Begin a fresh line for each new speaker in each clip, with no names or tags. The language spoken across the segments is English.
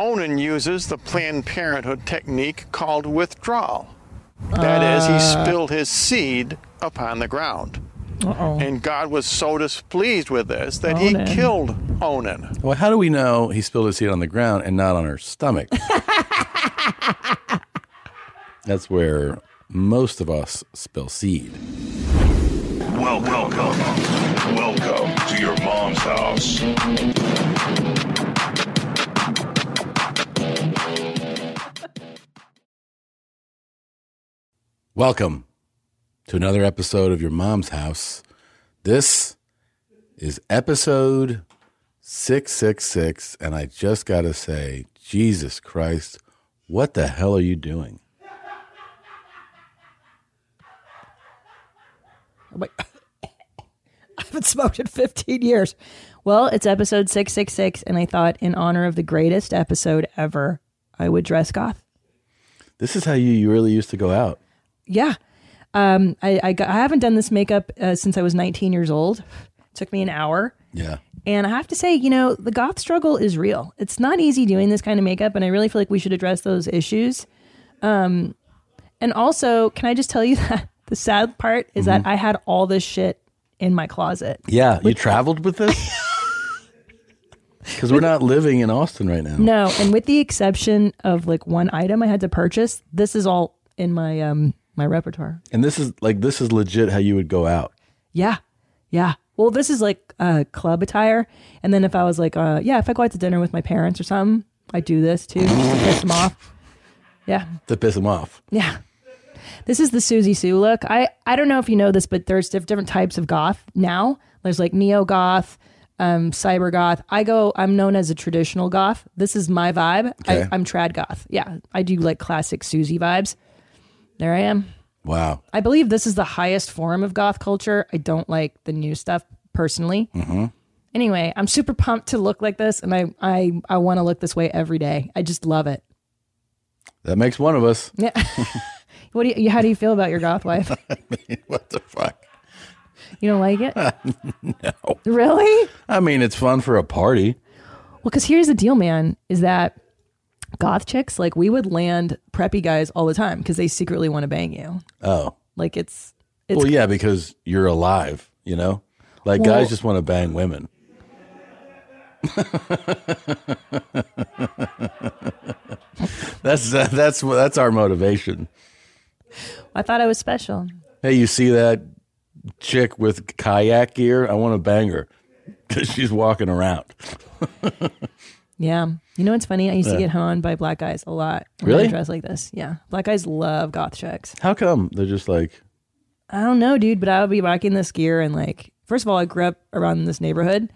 Onan uses the Planned Parenthood technique called withdrawal. That is,
Uh.
he spilled his seed upon the ground.
Uh-oh.
And God was so displeased with this that
Onan.
he killed Onan.
Well, how do we know he spilled his seed on the ground and not on her stomach? That's where most of us spill seed.
Welcome, welcome, welcome to your mom's house.
Welcome to another episode of Your Mom's House. This is episode 666, and I just got to say, Jesus Christ, what the hell are you doing?
Wait. I haven't smoked in 15 years. Well, it's episode 666, and I thought in honor of the greatest episode ever, I would dress goth.
This is how you, you really used to go out.
Yeah. Um, I, I, got- I haven't done this makeup uh, since I was 19 years old. took me an hour.
Yeah.
And I have to say, you know, the goth struggle is real. It's not easy doing this kind of makeup, and I really feel like we should address those issues. Um, and also, can I just tell you that the sad part is that I had all this shit in my closet.
Yeah. You traveled with this? Because we're not living in Austin right now.
No, and with the exception of like one item I had to purchase, this is all in my um my repertoire.
And this is like, this is legit how you would go out.
Yeah. Yeah. Well, this is like uh, club attire. And then if I was like, uh, yeah, if I go out to dinner with my parents or something, I do this too, just to piss them off. Yeah.
to piss him off.
Yeah. This is the Susie Sue look. I, I don't know if you know this, but there's diff- different types of goth now. There's like neo goth, um, cyber goth. I go, I'm known as a traditional goth. This is my vibe.
Okay.
I, I'm trad goth. Yeah. I do like classic Susie vibes. There I am.
Wow.
I believe this is the highest form of goth culture. I don't like the new stuff personally.
Mm-hmm.
Anyway, I'm super pumped to look like this, and I I I want to look this way every day. I just love it.
That makes one of us.
Yeah. what do you? How do you feel about your goth wife?
what the fuck?
You don't like it? no. Really?
I mean, it's fun for a party.
Well, because here's the deal, man. Is that goth chicks like we would land preppy guys all the time because they secretly want to bang you.
Oh.
Like it's it's
well, yeah, because you're alive, you know? Like,
Well-
guys just want to bang women. that's that's that's our motivation.
I thought I was special.
Hey, you see that chick with kayak gear? I want to bang her because she's walking around.
Yeah. You know what's funny? I used to get hung on by black guys a lot. when I
Really?
dressed like this. Yeah. Black guys love goth chicks.
How come they're just like
I don't know, dude, but I would be rocking this gear and like first of all, I grew up around this neighborhood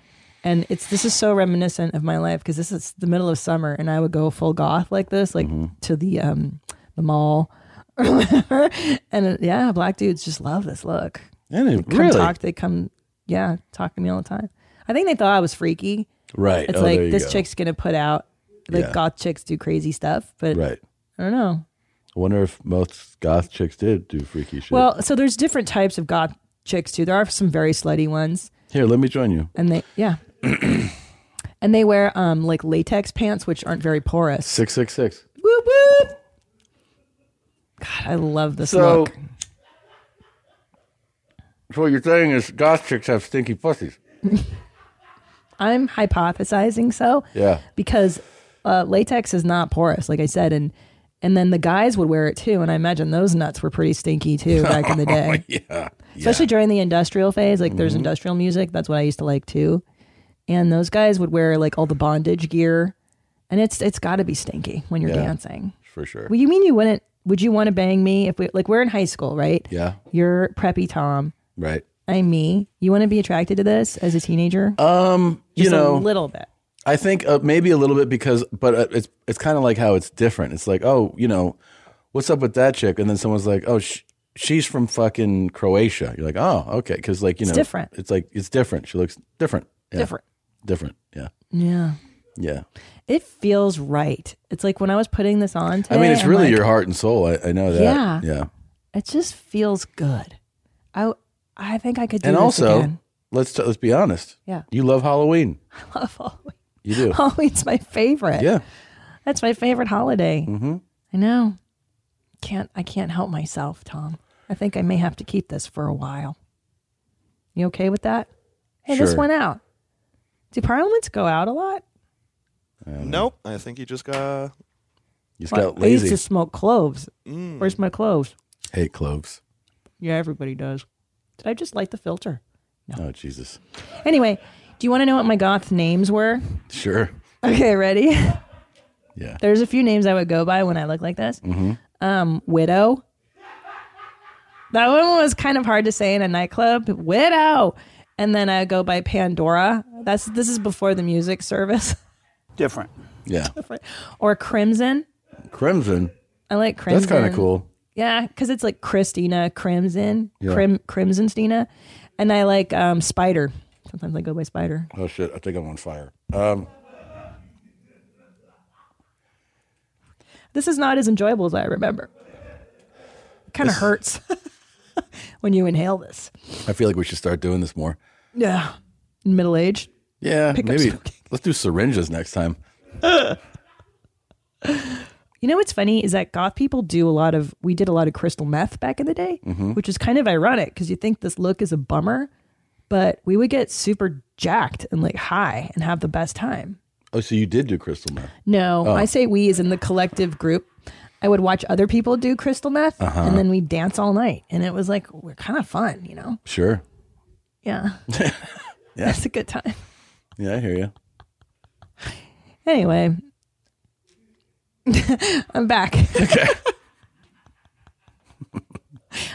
and it's this is so reminiscent of my life because this is the middle of summer and I would go full goth like this, like
Mm-hmm.
to the um the mall or whatever. And uh, yeah, black dudes just love this look.
"Eh,
Come
really
talk, they come yeah, talk to me all the time. I think they thought I was freaky.
right?"
It's
Oh, there
like
you
this
go.
chick's gonna put out like
Yeah.
goth chicks do crazy stuff, but
right?
I don't know.
I wonder if most goth chicks did do freaky shit.
Well, so there's different types of goth chicks too. There are some very slutty ones,
here, let me join you.
and they yeah, and they wear um like latex pants, which aren't very porous.
Six six six.
Whoop whoop. God, I love this
So-
look.
So what you're saying is goth chicks have stinky pussies.
I'm hypothesizing so.
Yeah.
Because uh, latex is not porous, like I said, and and then the guys would wear it too, and I imagine those nuts were pretty stinky too back in the day.
Oh, Yeah. Mm-hmm.
especially during the industrial phase. Like there's industrial music. That's what I used to like too. And those guys would wear like all the bondage gear, and it's it's got to be stinky when you're
Yeah.
dancing.
For sure.
Well, you mean you wouldn't? Would you want to bang me if we like we're in high school, right?
Yeah.
You're preppy Tom.
right.
I'm me. You want to be attracted to this as a teenager?
Um, You
Just
know,
a little bit.
I think uh, maybe a little bit because, but uh, it's it's kind of like how it's different. It's like, oh, you know, what's up with that chick? And then someone's like, oh, sh- she's from fucking Croatia. You're like, oh, okay, because like you know,
different.
It's like it's different. She looks different. Yeah.
Different.
Different. Yeah.
Yeah.
Yeah.
It feels right. It's like when I was putting this on. Today,
I mean, it's
I'm
really
like,
your heart and soul. I, I know that.
Yeah.
Yeah.
It just feels good. I I think I could do
and
this
also
again.
let's let's be honest.
Yeah.
you love Halloween.
I love Halloween.
You do.
Halloween's my favorite.
yeah,
That's my favorite holiday. Mm-hmm. I know. Can't I can't help myself, Tom. I think I may have to keep this for a while. You okay with that? Hey, this
Sure.
went out. Do parliaments go out a lot?
Nope. I think he just got.
You just
Well,
got
I used
lazy.
to smoke cloves.
Mm.
Where's my cloves?
Hate cloves.
Yeah, everybody does. Did I just light the filter?
Oh Jesus.
Anyway, do you want to know what my goth names were?
Sure.
Okay, ready?
Yeah. Mm-hmm.
There's a few names I would go by when I look like this. Um, Widow. That one was kind of hard to say in a nightclub. Widow. And then I go by Pandora. That's this is before the music service.
Different.
Yeah.
or Crimson.
Crimson.
I like Crimson.
That's kind of cool.
Yeah, because it's like Christina Crimson, Crim Crimson Stina, and I like um, Spider. Sometimes I go by Spider.
Oh shit! I think I'm on fire. Um,
This is not as enjoyable as I remember. Kind of hurts when you inhale this.
I feel like we should start doing this more.
Yeah, middle age.
Yeah,
Pick up
maybe
smoking.
let's do syringes next time.
You know what's funny is that goth people do a lot of, we did a lot of crystal meth back in the day, which is kind of ironic because you think this look is a bummer, but we would get super jacked and like high and have the best time.
Oh, so you did do crystal meth? Oh,
No, I say we as in the collective group. I would watch other people do crystal meth and then we'd dance all night. And it was like, we're kind of fun, you know?
Sure.
Yeah. yeah. That's a good time.
Yeah, I hear you.
Anyway, I'm back.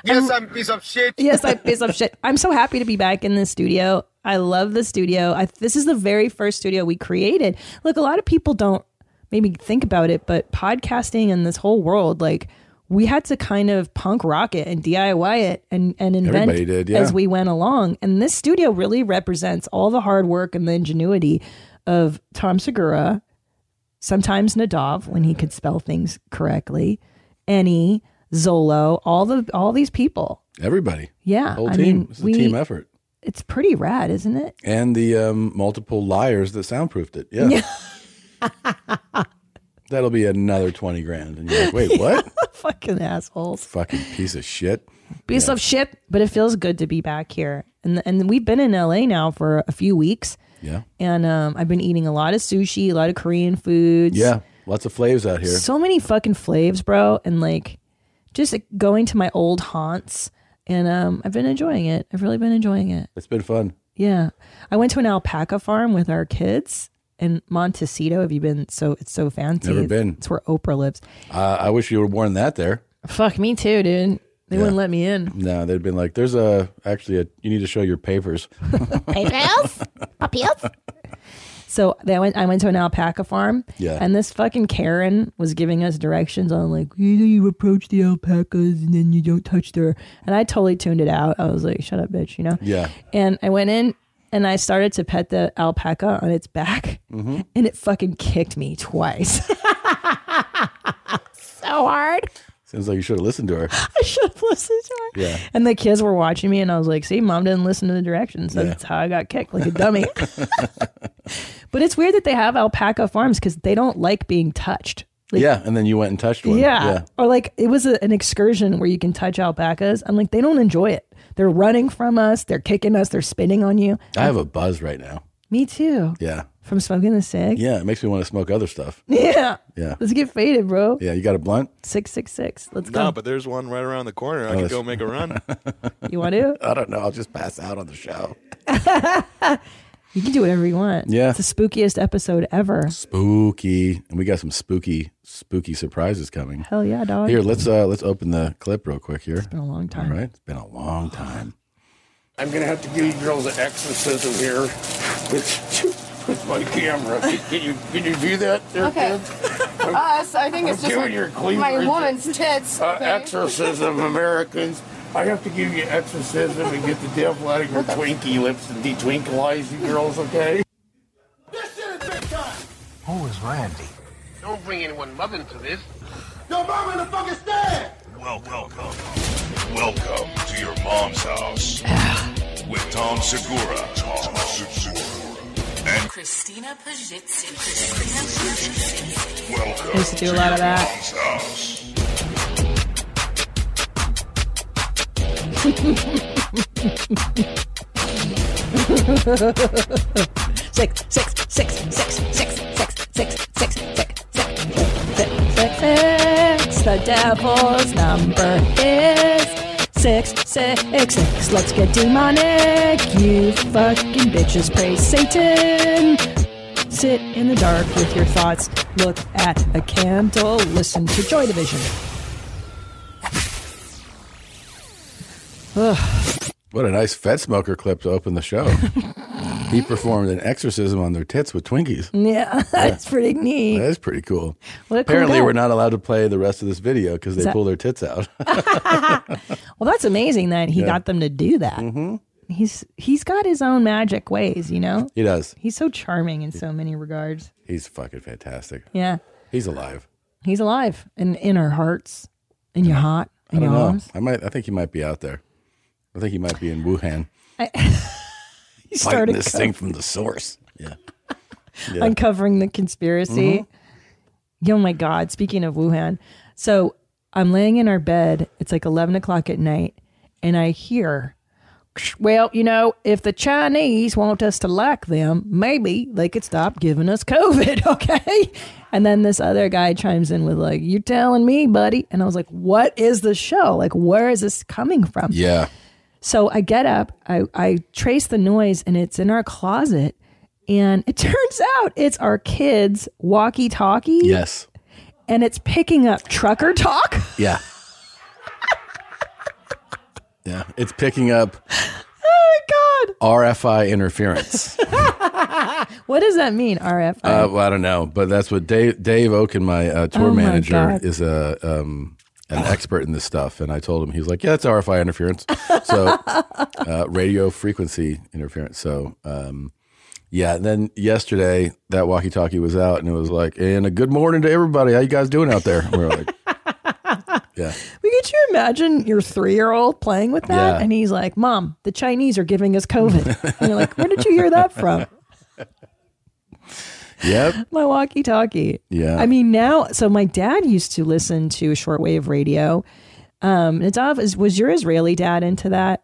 Yes, I'm piece of shit.
yes, I piece of shit. I'm so happy to be back in the studio. I love the studio. I, this is the very first studio we created. Look, a lot of people don't maybe think about it, but podcasting and this whole world, like we had to kind of punk rock it and DIY it and, and invent
Everybody did, yeah.
as we went along. And this studio really represents all the hard work and the ingenuity of Tom Segura, sometimes Nadav when he could spell things correctly, Any Zolo, all the all these people.
Everybody.
Yeah,
Whole
I
team.
mean,
it's a
we-
team effort.
It's pretty rad, isn't it?
And the um, multiple liars that soundproofed it. Yeah. That'll be another twenty grand. And you're like, wait, what?
Fucking assholes.
Fucking piece of shit.
Piece of shit. But it feels good to be back here. And and we've been in LA now for a few weeks.
Yeah.
And um, I've been eating a lot of sushi, a lot of Korean foods.
Yeah. Lots of flaves out here.
So many fucking flavors, bro. And like just like, going to my old haunts. And um, I've been enjoying it. I've really been enjoying it.
It's been fun.
Yeah. I went to an alpaca farm with our kids in Montecito. Have you been? So it's so fancy.
Never been.
It's where Oprah lives.
Uh, I wish you would have worn that there.
Fuck me too, dude. They wouldn't let me in.
No, they'd been like, there's a actually a you need to show your papers.
Papils?
Oh,
Papils?
So they went. I went to an alpaca farm.
Yeah.
And this fucking Karen was giving us directions on like either you approach the alpacas and then you don't touch their. And I totally tuned it out. I was like, shut up, bitch. You know.
Yeah.
And I went in and I started to pet the alpaca on its back,
Mm-hmm.
and it fucking kicked me twice. so hard.
Sounds like you should have listened to her.
I should have listened to her.
Yeah.
And the kids were watching me, and I was like, see, mom didn't listen to the directions. That's how I got kicked like a dummy. but it's weird that they have alpaca farms because they don't like being touched. Like,
yeah, and then you went and touched one.
yeah. Or like it was a, an excursion where you can touch alpacas. I'm like, they don't enjoy it. They're running from us, they're kicking us, they're spitting on you.
I have a buzz right now.
Me too.
Yeah.
From smoking the cig.
Yeah, it makes me want to smoke other stuff.
Yeah.
Yeah.
Let's get faded, bro.
Yeah, you got a blunt?
666. Let's go.
No, but there's one right around the corner. I could go make a run.
you want to?
Oh, I don't know. I'll just pass out on the show.
You can do whatever you want.
Yeah.
It's the spookiest episode ever.
Spooky. And we got some spooky, spooky surprises coming.
Hell yeah, dog.
Here, let's uh let's open the clip real quick here.
been a long
All
time.
right. It's been a long time.
I'm gonna have to give you girls an exorcism here with, with my camera. Can you can you do that? there,
Okay.
kids?
Us, I think it's
I'm
just
giving your
my,
cleavage.
my woman's tits.
Uh,
okay?
exorcism, Americans. I have to give you exorcism and get the devil out of your twinkie lips and detwinkleize you girls, okay? This shit is big time.
Who is Randy?
Don't bring anyone mother into this. Your mama in the fucking stand.
Welcome. Welcome to your mom's house with Tom Segura. Tom Segura.
Christina Pajitsin. Christina Pajitsin.
Welcome
I used to do a lot of that.
mom's house.
Six, six, six, six, six, six, six, six, six, six, six, six, six. The devil's number is six, six, six. Let's get demonic. You fucking bitches praise Satan. Sit in the dark with your thoughts. Look at a candle. Listen to Joy Division.
What a nice Fed Smoker clip to open the show. he performed an exorcism on their tits with Twinkies.
Yeah, that's pretty neat.
That is pretty cool.
What a cool
Apparently,
guy.
we're not allowed to play the rest of this video because they
that-
pull their tits out.
Well, that's amazing that he got them to do that.
Mm-hmm.
He's he's got his own magic ways, you know.
he does.
He's so charming in so many regards.
He's fucking fantastic.
Yeah,
He's alive.
he's alive and in our hearts, in your heart,
I
in your
don't know.
arms.
I might. I think he might be out there. I think he might be in Wuhan
He
fighting
started
this
co-
thing from the source. Yeah. Yeah. Mm-hmm.
uncovering the conspiracy. Oh my God! Speaking of Wuhan, so I'm laying in our bed. It's like 11 o'clock at night, and I hear. Well, you know, if the Chinese want us to like them, maybe they could stop giving us COVID, okay? And then this other guy chimes in with like, "You're telling me, buddy?" And I was like, "What is the show? Like, where is this coming from?"
Yeah.
So I get up, I, I trace the noise, and it's in our closet. And it turns out it's our kids' walkie talkie,
Yes.
and it's picking up trucker talk.
Yeah. yeah. It's picking up
Oh my God.
RFI interference.
What does that mean, RFI?
Uh, well, I don't know, but that's what Dave Dave Oaken, my uh, tour
Oh my
manager,
God.
is a um, an expert in this stuff. And I told him he was like, "Yeah, it's RFI interference, so uh, radio frequency interference." So, um, yeah. And then yesterday, that walkie-talkie was out, and it was like, "And a good morning to everybody. How you guys doing out there?" And we were like, "Yeah,
Well, Could you imagine your three year old playing with that?
Yeah.
And he's like, Mom, the Chinese are giving us COVID. and you're like, Where did you hear that from?
yep,
My walkie talkie.
yeah."
I mean, now, so my dad used to listen to shortwave radio. Um, Nadav, is, was your Israeli dad into that?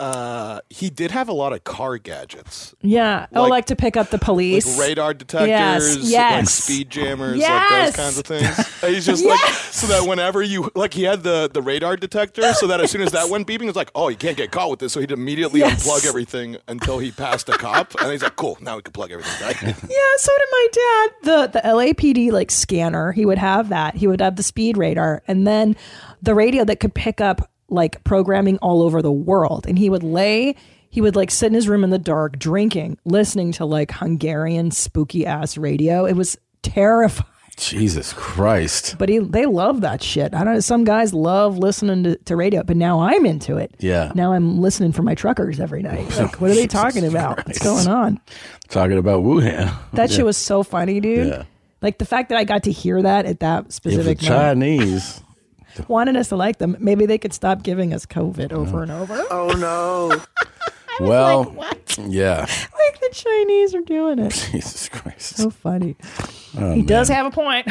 Uh, he did have a lot of car gadgets,
Yeah. oh,
Like-
like to pick up the
like
police.
radar detectors, like
yes.
speed jammers, like
Yes.
those kinds of things. And He's just like
Yes.
so that whenever you like, he had the the radar detector, so that as soon as that went beeping, it's like, oh, you can't get caught with this. So he'd immediately
Yes.
unplug everything until he passed a cop, and he's like, cool, now we can plug everything back.
Yeah, so did my dad. The the LAPD like scanner, he would have that. He would have the speed radar and then the radio that could pick up like programming all over the world. And he would lay he would like sit in his room in the dark drinking, listening to like Hungarian spooky ass radio. It was terrifying.
Jesus Christ.
But he, they love that shit. I don't know. Some guys love listening to, to radio, but now I'm into it.
Yeah.
Now I'm listening for my truckers every night. Like, what are they talking about? What's going on?
Talking about Wuhan.
That shit was so funny, dude.
Yeah.
Like the fact that I got to hear that at that
If the
specific moment
Chinese.
wanted us to like them, maybe they could stop giving us COVID
Uh-huh.
over and over. Oh,
Oh,
Well, yeah.
Like the Chinese are doing it.
Jesus Christ.
So funny.
Oh,
he does have a point.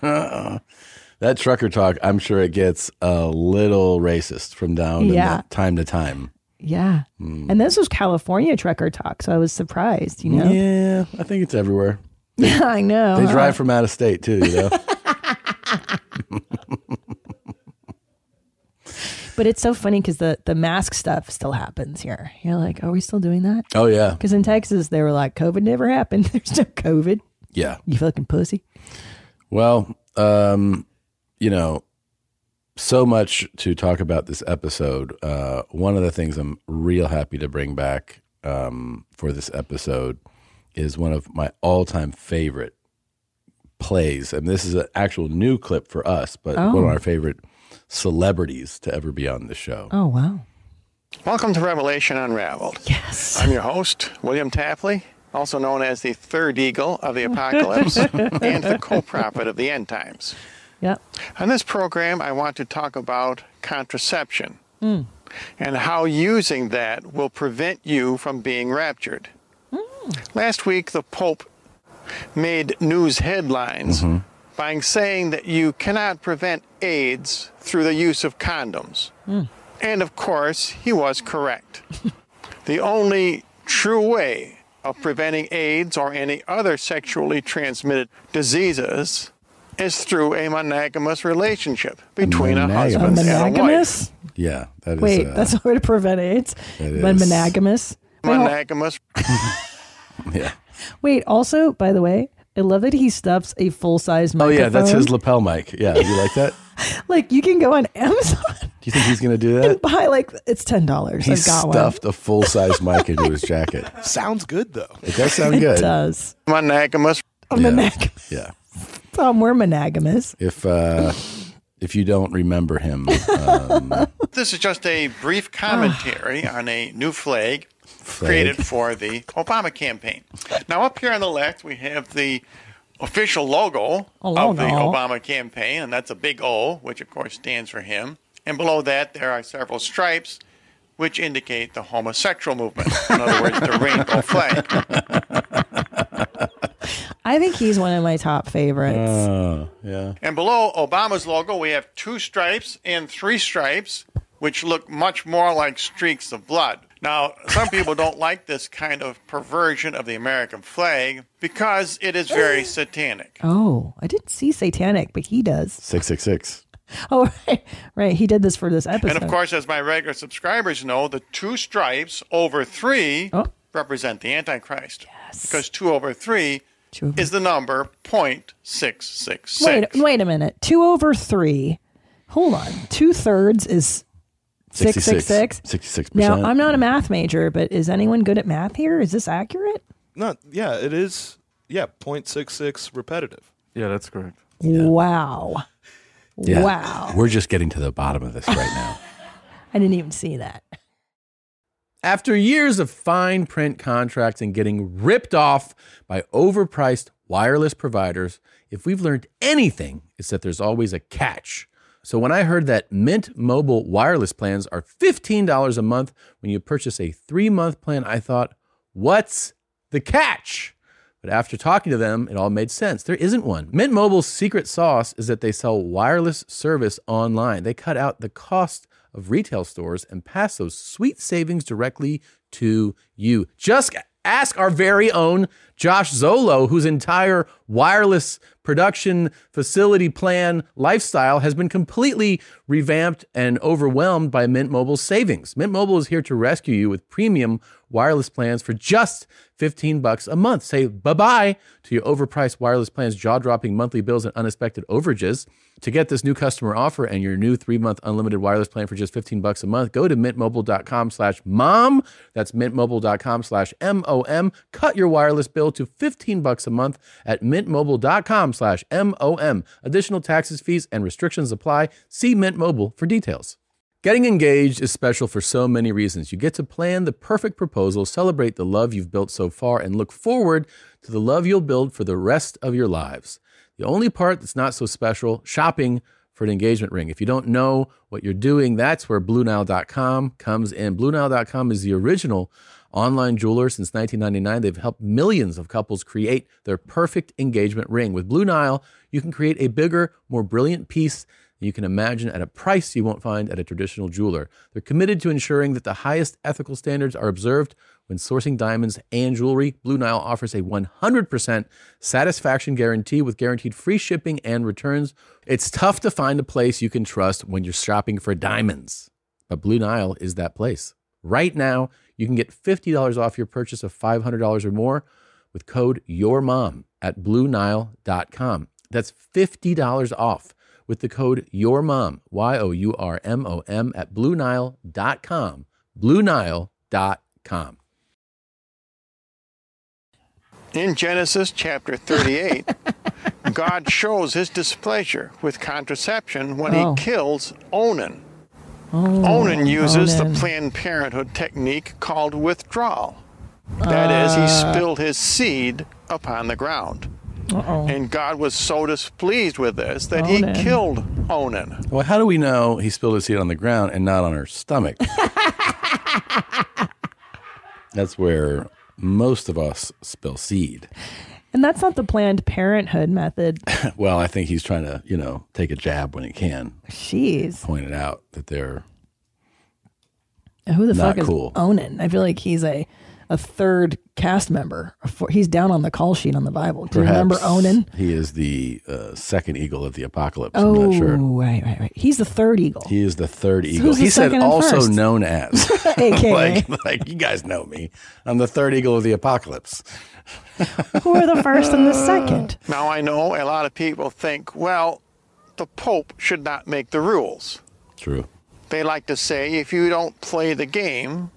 Okay.
That trucker talk, I'm sure it gets a little racist from down
Yeah.
in that time to time.
yeah.
Hmm.
And this was California trucker talk, so I was surprised, you know? Oh,
Yeah, I think it's everywhere.
Yeah, I know.
They
huh?
drive from out of state too, you know.
But it's so funny because the, the mask stuff still happens here. You're like, are we still doing that?
oh yeah,
Because in Texas, they were like, COVID never happened. There's no COVID.
yeah.
You fucking pussy.
Well, um, you know, so much to talk about this episode. Uh, one of the things I'm real happy to bring back um, for this episode is one of my all-time favorite plays, and this is an actual new clip for us, but one
Oh.
of our favorite celebrities to ever be on the show.
Oh, wow.
Welcome to Revelation Unraveled.
Yes.
I'm your host, William Tapley, also known as the third eagle of the apocalypse and the co prophet of the end times.
Yep.
On this program, I want to talk about
Hmm.
contraception and how using that will prevent you from being raptured.
Hmm.
Last week, the Pope made news headlines
Mm-hmm.
by saying that you cannot prevent AIDS through the use of condoms.
Hmm.
And of course, he was correct. the only true way of preventing AIDS or any other sexually transmitted diseases is through a monogamous relationship between a
Monogamous.
husband and a wife.
Monogamous?
Yeah, that is.
Wait,
uh,
that's a way to prevent AIDS.
It
But
is.
monogamous. Wait, hold-
Monogamous.
yeah.
wait, also, by the way, I love that he stuffs a full size
Oh
microphone.
yeah, that's his lapel mic. Yeah, you like that?
Like, you can go on Amazon
Do you think he's gonna do
and
that?
buy, like, it's $10.
He
I've got
stuffed a full size mic into his jacket.
Sounds good though.
It does sound
one.
good.
It does.
Monogamous.
A
Yeah.
monag-
Yeah.
Tom, we're monogamous.
If uh, if you don't remember him,
uh,
Mm.
This is just a brief commentary
Ah.
on a new flag created for the Obama campaign. Now, up here on the left, we have the official logo
A
of the
logo.
Obama campaign, and that's a big O, which of course stands for him. And below that, there are several stripes, which indicate the homosexual movement. In other words, the rainbow flag.
I think he's one of my top favorites.
oh yeah,
And below Obama's logo, we have two stripes and three stripes, which look much more like streaks of blood. Now, some people don't like this kind of perversion of the American flag because it is very satanic.
oh, I didn't see Satanic, but he does.
six six six.
Oh, right. Right. He did this for this episode.
And of course, as my regular subscribers know, the two stripes over three
Oh.
represent the Antichrist. Because two over three
Two over-
is the number 0.666.
Wait, wait a minute. Two over three. Hold on. Two thirds is six six six.
66
Now I'm not a math major, but is anyone good at math here? Is this accurate?
Not yeah, it is yeah, 0.66 repetitive.
Yeah, that's correct.
Wow.
Yeah.
Wow.
We're just getting to the bottom of this right now.
I didn't even see that.
After years of fine print contracts and getting ripped off by overpriced wireless providers, if we've learned anything, it's that there's always a catch. So when I heard that Mint Mobile wireless plans are $15 a month when you purchase a three month plan, I thought, what's the catch? But after talking to them, it all made sense. There isn't one. Mint Mobile's secret sauce is that they sell wireless service online. They cut out the cost of retail stores and pass those sweet savings directly to you. Just ask our very own Josh Zolo, whose entire wireless production facility plan lifestyle has been completely revamped and overwhelmed by Mint Mobile's savings. Mint Mobile is here to rescue you with premium wireless plans for just 15 bucks a month. Say bye-bye to your overpriced wireless plans, jaw-dropping monthly bills and unexpected overages. To get this new customer offer and your new 3-month unlimited wireless plan for just 15 bucks a month, go to mintmobile.com/mom. slash mom. That's mintmobile.com/mom. slash M-O-M. Cut your wireless bill to 15 bucks a month at mintmobile.com/mom. slash M-O-M. Additional taxes, fees and restrictions apply. See Mint Mobile for details. Getting engaged is special for so many reasons. You get to plan the perfect proposal, celebrate the love you've built so far, and look forward to the love you'll build for the rest of your lives. The only part that's not so special shopping for an engagement ring. If you don't know what you're doing, that's where BlueNile.com comes in. BlueNile.com is the original online jeweler since 1999. They've helped millions of couples create their perfect engagement ring. With Blue Nile, you can create a bigger, more brilliant piece you can imagine at a price you won't find at a traditional jeweler. They're committed to ensuring that the highest ethical standards are observed when sourcing diamonds and jewelry. Blue Nile offers a 100% satisfaction guarantee with guaranteed free shipping and returns. It's tough to find a place you can trust when you're shopping for diamonds, but Blue Nile is that place. Right now, you can get $50 off your purchase of $500 or more with code YOURMOM at BlueNile.com. That's $50 off with the code YOURMOM, Y O U R M O M, at BlueNile.com. BlueNile.com.
In Genesis chapter 38, God shows his displeasure with contraception when
Oh.
he kills Onan.
Oh,
Onan uses
Onan.
the Planned Parenthood technique called withdrawal. That
Uh.
is, he spilled his seed upon the ground.
Uh-oh.
And God was so displeased with this that
Onan.
he killed Onan.
Well, how do we know he spilled his seed on the ground and not on her stomach? That's where
most of us spill seed.
And that's not the Planned Parenthood method.
well, I think he's trying to, you know, take a jab when he can.
Jeez.
Point it out that they're
Who the
Not
fuck is
cool.
Onan? I feel like he's a a third cast member. A four- He's down on the call sheet on the Bible. Do you remember Onan?
He is the uh, second eagle of the apocalypse. I'm
Oh,
not sure.
right, right, right. He's the third eagle.
He is the third eagle.
who's the
he said
second and
also
first?
known as.
AKA.
like, like, you guys know me. I'm the third eagle of the apocalypse.
Who are the first and the second?
Now, I know a lot of people think, well, the Pope should not make the rules.
True.
They like to say if you don't play the game,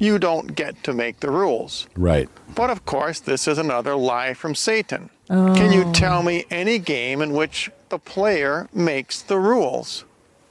you don't get to make the rules.
Right.
But of course, this is another lie from Satan. Can
Oh.
you tell me any game in which the player makes the rules?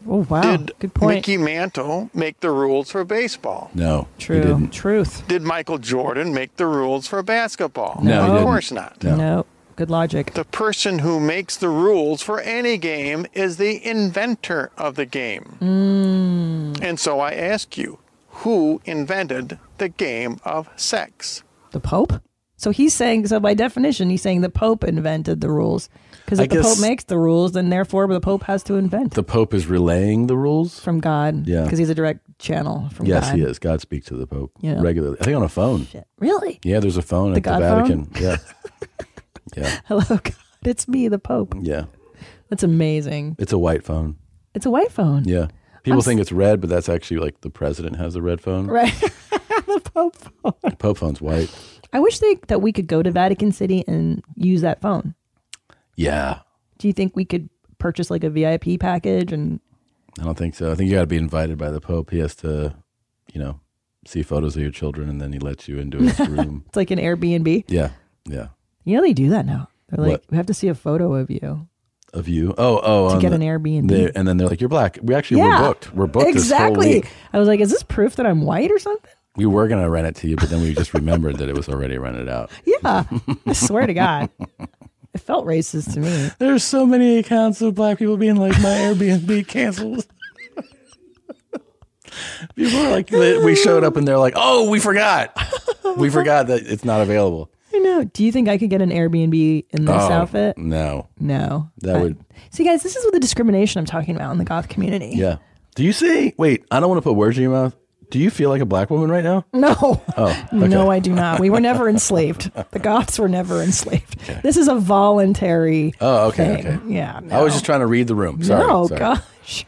Oh wow,
Did
good point.
Mickey Mantle make the rules for baseball?
No. he
True,
didn't.
truth.
Did Michael Jordan make the rules for basketball?
No, he
of
didn't.
course not.
No.
No. good logic.
The person who makes the rules for any game is the inventor of the game.
Mm.
And so I ask you, who invented the game of sex?
The Pope. So he's saying so by definition, he's saying the Pope invented the rules because
I
if the Pope
guess-
makes the rules, then therefore the Pope has to invent
The Pope is relaying the rules.
from God.
Yeah.
because he's a direct channel from
Yes,
God.
he is. God speaks to the Pope
Yeah.
regularly. I think on a phone.
Really?
Yeah, there's a phone at
God
the Vatican.
phone?
Yeah. yeah.
Hello, God. It's me, the Pope.
Yeah.
That's amazing.
It's a white phone.
It's a white phone.
Yeah. People
s-
think it's red, but that's actually like the president has a red phone.
Right. the Pope phone.
The Pope phone's white.
I wish they, that we could go to Vatican City and use that phone.
Yeah.
Do you think we could purchase like a VIP package and
I don't think so. I think you got to be invited by the Pope. He has to, you know, see photos of your children and then he lets you into his room.
it's like an Airbnb?
Yeah. Yeah.
You know they do that now. They're like,
What?
we have to see a photo of you
Of you. Oh, oh.
to
on
get
the-
an Airbnb.
they- and then they're like, you're black. We actually
yeah,
were booked. We're booked this whole
Exactly.
week.
I was like, is this proof that I'm white or something?
We were going to rent it to you, but then we just remembered that it was already rented out.
Yeah, I swear to God, it felt racist to me.
There's so many accounts of black people being like, my Airbnb canceled. people are like, they- we showed up and they're like, oh, we forgot. We forgot that it's not available.
I know. Do you think I could get an Airbnb in this
Oh,
outfit?
No.
No,
That
I-
would-
See, guys, this is what the discrimination I'm talking about in the goth community.
Yeah. Do you see? Wait, I don't want to put words in your mouth. Do you feel like a black woman right now?
No.
Oh,
No,
okay.
I do not. We were never enslaved. The Goths were never enslaved. This is a voluntary.
Oh, okay,
thing.
okay.
Yeah.
I was just trying to read the room. Sorry.
no,
sorry.
gosh,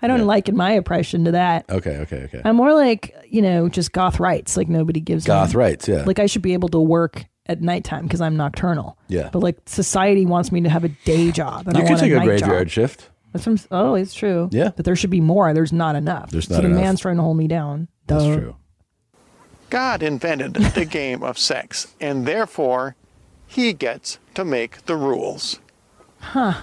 I don't liken my oppression to that.
Okay, okay, okay.
I'm more like you know just goth rights. Like nobody gives
Goth
a-
rights, yeah.
Like I should be able to work at nighttime because I'm nocturnal.
Yeah.
But like society wants me to have a day job. And
you
I
could
want
take a
night
graveyard
job.
shift.
That's what I'm, s- oh, it's true.
Yeah.
But there should be more. There's not enough.
There's
so
not
the
enough.
man's trying to hold me down.
That's
Duh.
true.
God invented the game of sex, and therefore, he gets to make the rules. Huh.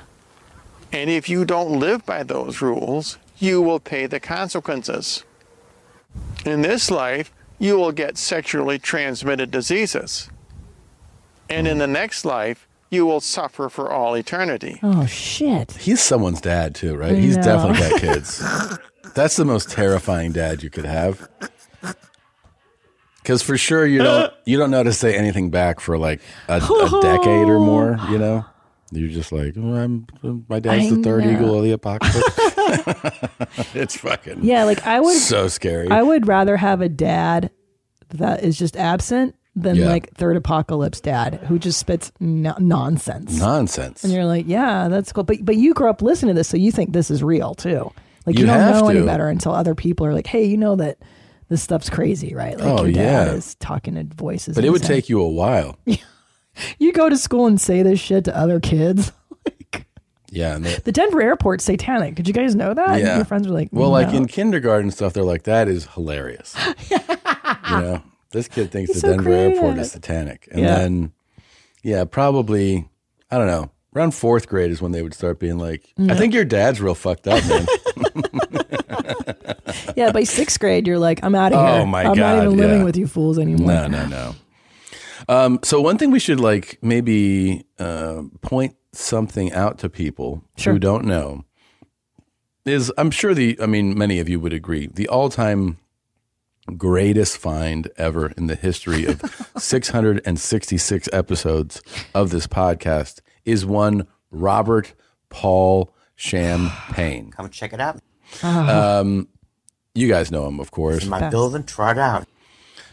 And if you don't live by those rules, you will pay the consequences. In this life, you will get sexually transmitted diseases. And in the next life, you will suffer for all eternity.
Oh shit.
He's someone's dad too, right? He's
know.
definitely got kids. That's the most terrifying dad you could have. Cause for sure you don't you don't know to say anything back for like a, a decade or more, you know? You're just like, "Oh, I'm, my dad's
I
the third
know.
eagle of the apocalypse. it's fucking
Yeah, like I would
so scary.
I would rather have a dad that is just absent than
Yeah.
like third apocalypse dad who just spits no- nonsense.
Nonsense.
And you're like, yeah, that's cool. But but you grew up listening to this, so you think this is real too. Like you,
You
don't
have
know any
to.
better until other people are like, hey, you know that this stuff's crazy, right? Like
Oh,
your dad
yeah.
is talking to voices.
But
in
it would
his head.
take you a while.
you go to school and say this shit to other kids. like
Yeah. And the,
the Denver airport's satanic. Did you guys know that?
yeah.
Your friends were like,
well, like
"No."
in kindergarten stuff, they're like, that is hilarious. you know, this kid thinks
He's
the
so
Denver airport is
creative.
satanic. And
Yeah.
then, yeah, probably, I don't know, around fourth grade is when they would start being like, I think your dad's real fucked up, man.
yeah, by sixth grade, you're like, I'm out of
Oh,
here.
my
I'm
God,
not even living
yeah.
with you fools anymore.
no, no, no. Um, so, one thing we should like maybe uh, point something out to people who
Sure.
don't know is I'm sure the, I mean, many of you would agree, the all time greatest find ever in the history of 666 episodes of this podcast is one Robert Paul Champagne.
Come check it out.
Ah.
Um, you guys know him, of course.
In my building, try it out.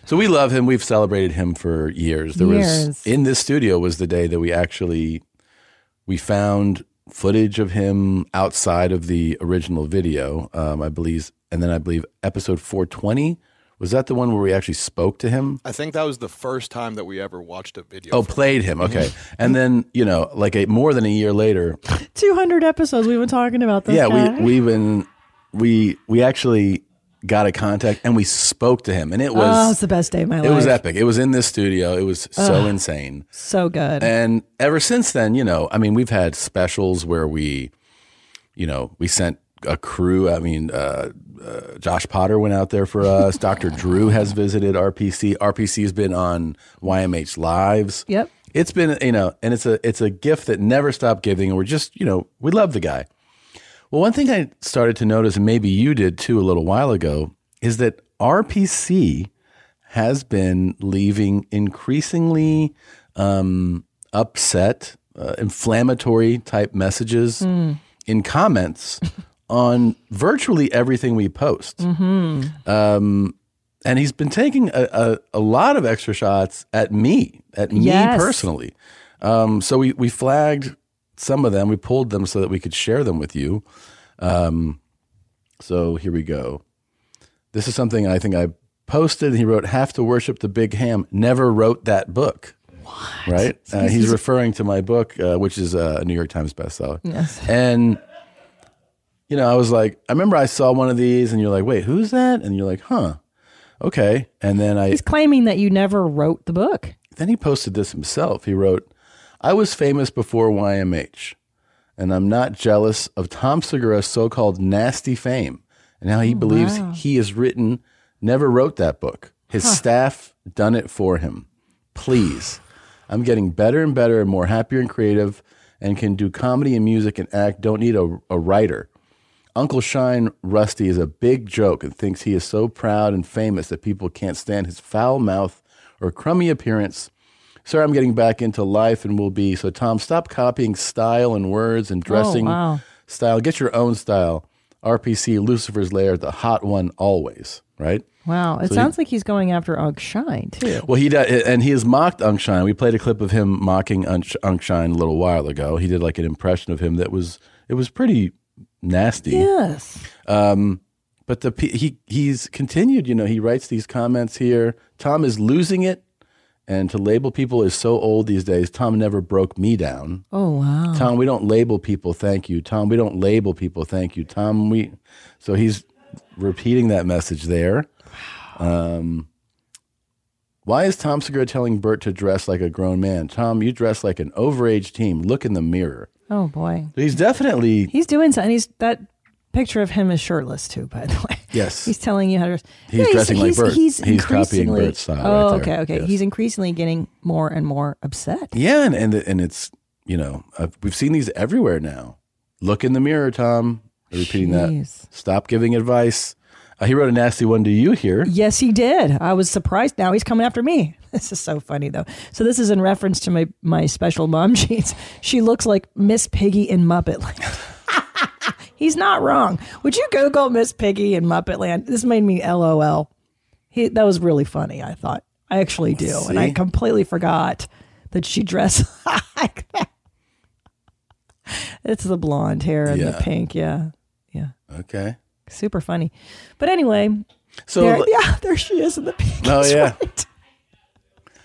So we love him. We've celebrated him for years. There
Years.
was in this studio was the day that we actually we found footage of him outside of the original video. Um, I believe, and then I believe episode 420 was that the one where we actually spoke to him.
I think that was the first time that we ever watched a video.
Oh, played him. Okay,
Mm-hmm.
and then you know, like a, more than a year later,
200 episodes we've been talking about this.
yeah,
guy.
we we've been we we actually got a contact and we spoke to him, and it was
oh, it's the best day of my life.
it was epic. It was in this studio. It was so
Ugh.
insane.
So good.
And ever since then, you know, I mean, we've had specials where we, you know, we sent a crew. I mean, uh, uh, Josh Potter went out there for us. Dr. Drew has visited RPC. RPC has been on YMH Lives.
Yep.
It's been, you know, and it's a it's a gift that never stopped giving. And we're just, you know, we love the guy. Well, one thing I started to notice, and maybe you did too a little while ago, is that RPC has been leaving increasingly um, upset, uh, inflammatory type messages
Mm.
in comments on virtually everything we post.
hmm
Um, and he's been taking a, a, a lot of extra shots at me, at
Yes.
me personally. Um, so we, we flagged some of them, we pulled them so that we could share them with you. Um, so here we go. This is something I think I posted. He wrote, Have to Worship the Big Ham. Never wrote that book. What? Right?
So
Uh,
this
he's
is-
referring to my book, uh, which is uh, a New York Times bestseller.
Yes.
And you know, I was like, I remember I saw one of these, and you're like, wait, who's that? And you're like, huh, okay. And then I
He's claiming that you never wrote the book.
then he posted this himself. He wrote, I was famous before YMH, and I'm not jealous of Tom Segura's so called nasty fame. And now
Oh,
he believes
wow.
he has written, never wrote that book. His staff done it for him. Please. I'm getting better and better and more happier and creative and can do comedy and music and act. Don't need a, a writer. Uncle Shine Rusty is a big joke and thinks he is so proud and famous that people can't stand his foul mouth or crummy appearance. Sir, I'm getting back into life and will be. So, Tom, stop copying style and words
Oh,
and dressing
wow.
style. Get your own style. RPC, Lucifer's Lair, the hot one always, right?
Wow. It
So he-
sounds like he's going after Ugg Shine, too.
Well, he does, and he has mocked Unshine. We played a clip of him mocking Unsh- Unshine a little while ago. He did like an impression of him that was it was pretty nasty.
Yes.
Um, but the pe- he he's continued. You know, he writes these comments here. Tom is losing it, and to label people is so old these days. Tom never broke me down.
Oh, wow.
Tom, we don't label people. Thank you, Tom. We don't label people. Thank you, Tom. We. So he's repeating that message there. Um, why is Tom Segura telling Bert to dress like a grown man? Tom, you dress like an overage team. Look in the mirror.
Oh, boy.
He's definitely
He's doing something. He's that picture of him is shirtless, too, by the way.
yes.
He's telling you how to dress.
He's dressing like Bert.
He's,
He's copying
increasingly-
Bert's style
Oh,
right there.
okay, okay.
Yes.
He's increasingly getting more and more upset.
Yeah, and and, and it's you know i we've seen these everywhere now. Look in the mirror, Tom. Repeating
Jeez.
that. Stop giving advice. Uh, he wrote a nasty one to you here.
Yes, he did. I was surprised. Now he's coming after me. This is so funny, though. So this is in reference to my my special mom jeans. She looks like Miss Piggy in Muppet Land. he's not wrong. Would you Google Miss Piggy in Muppet Land? This made me LOL. He, that was really funny. I thought I actually do, and I
See?
completely forgot that she dressed like that. It's the blonde hair and
Yeah.
the pink. Yeah, yeah,
Okay.
super funny. But anyway,
So-
there, yeah, there she is in the pink.
Oh yeah.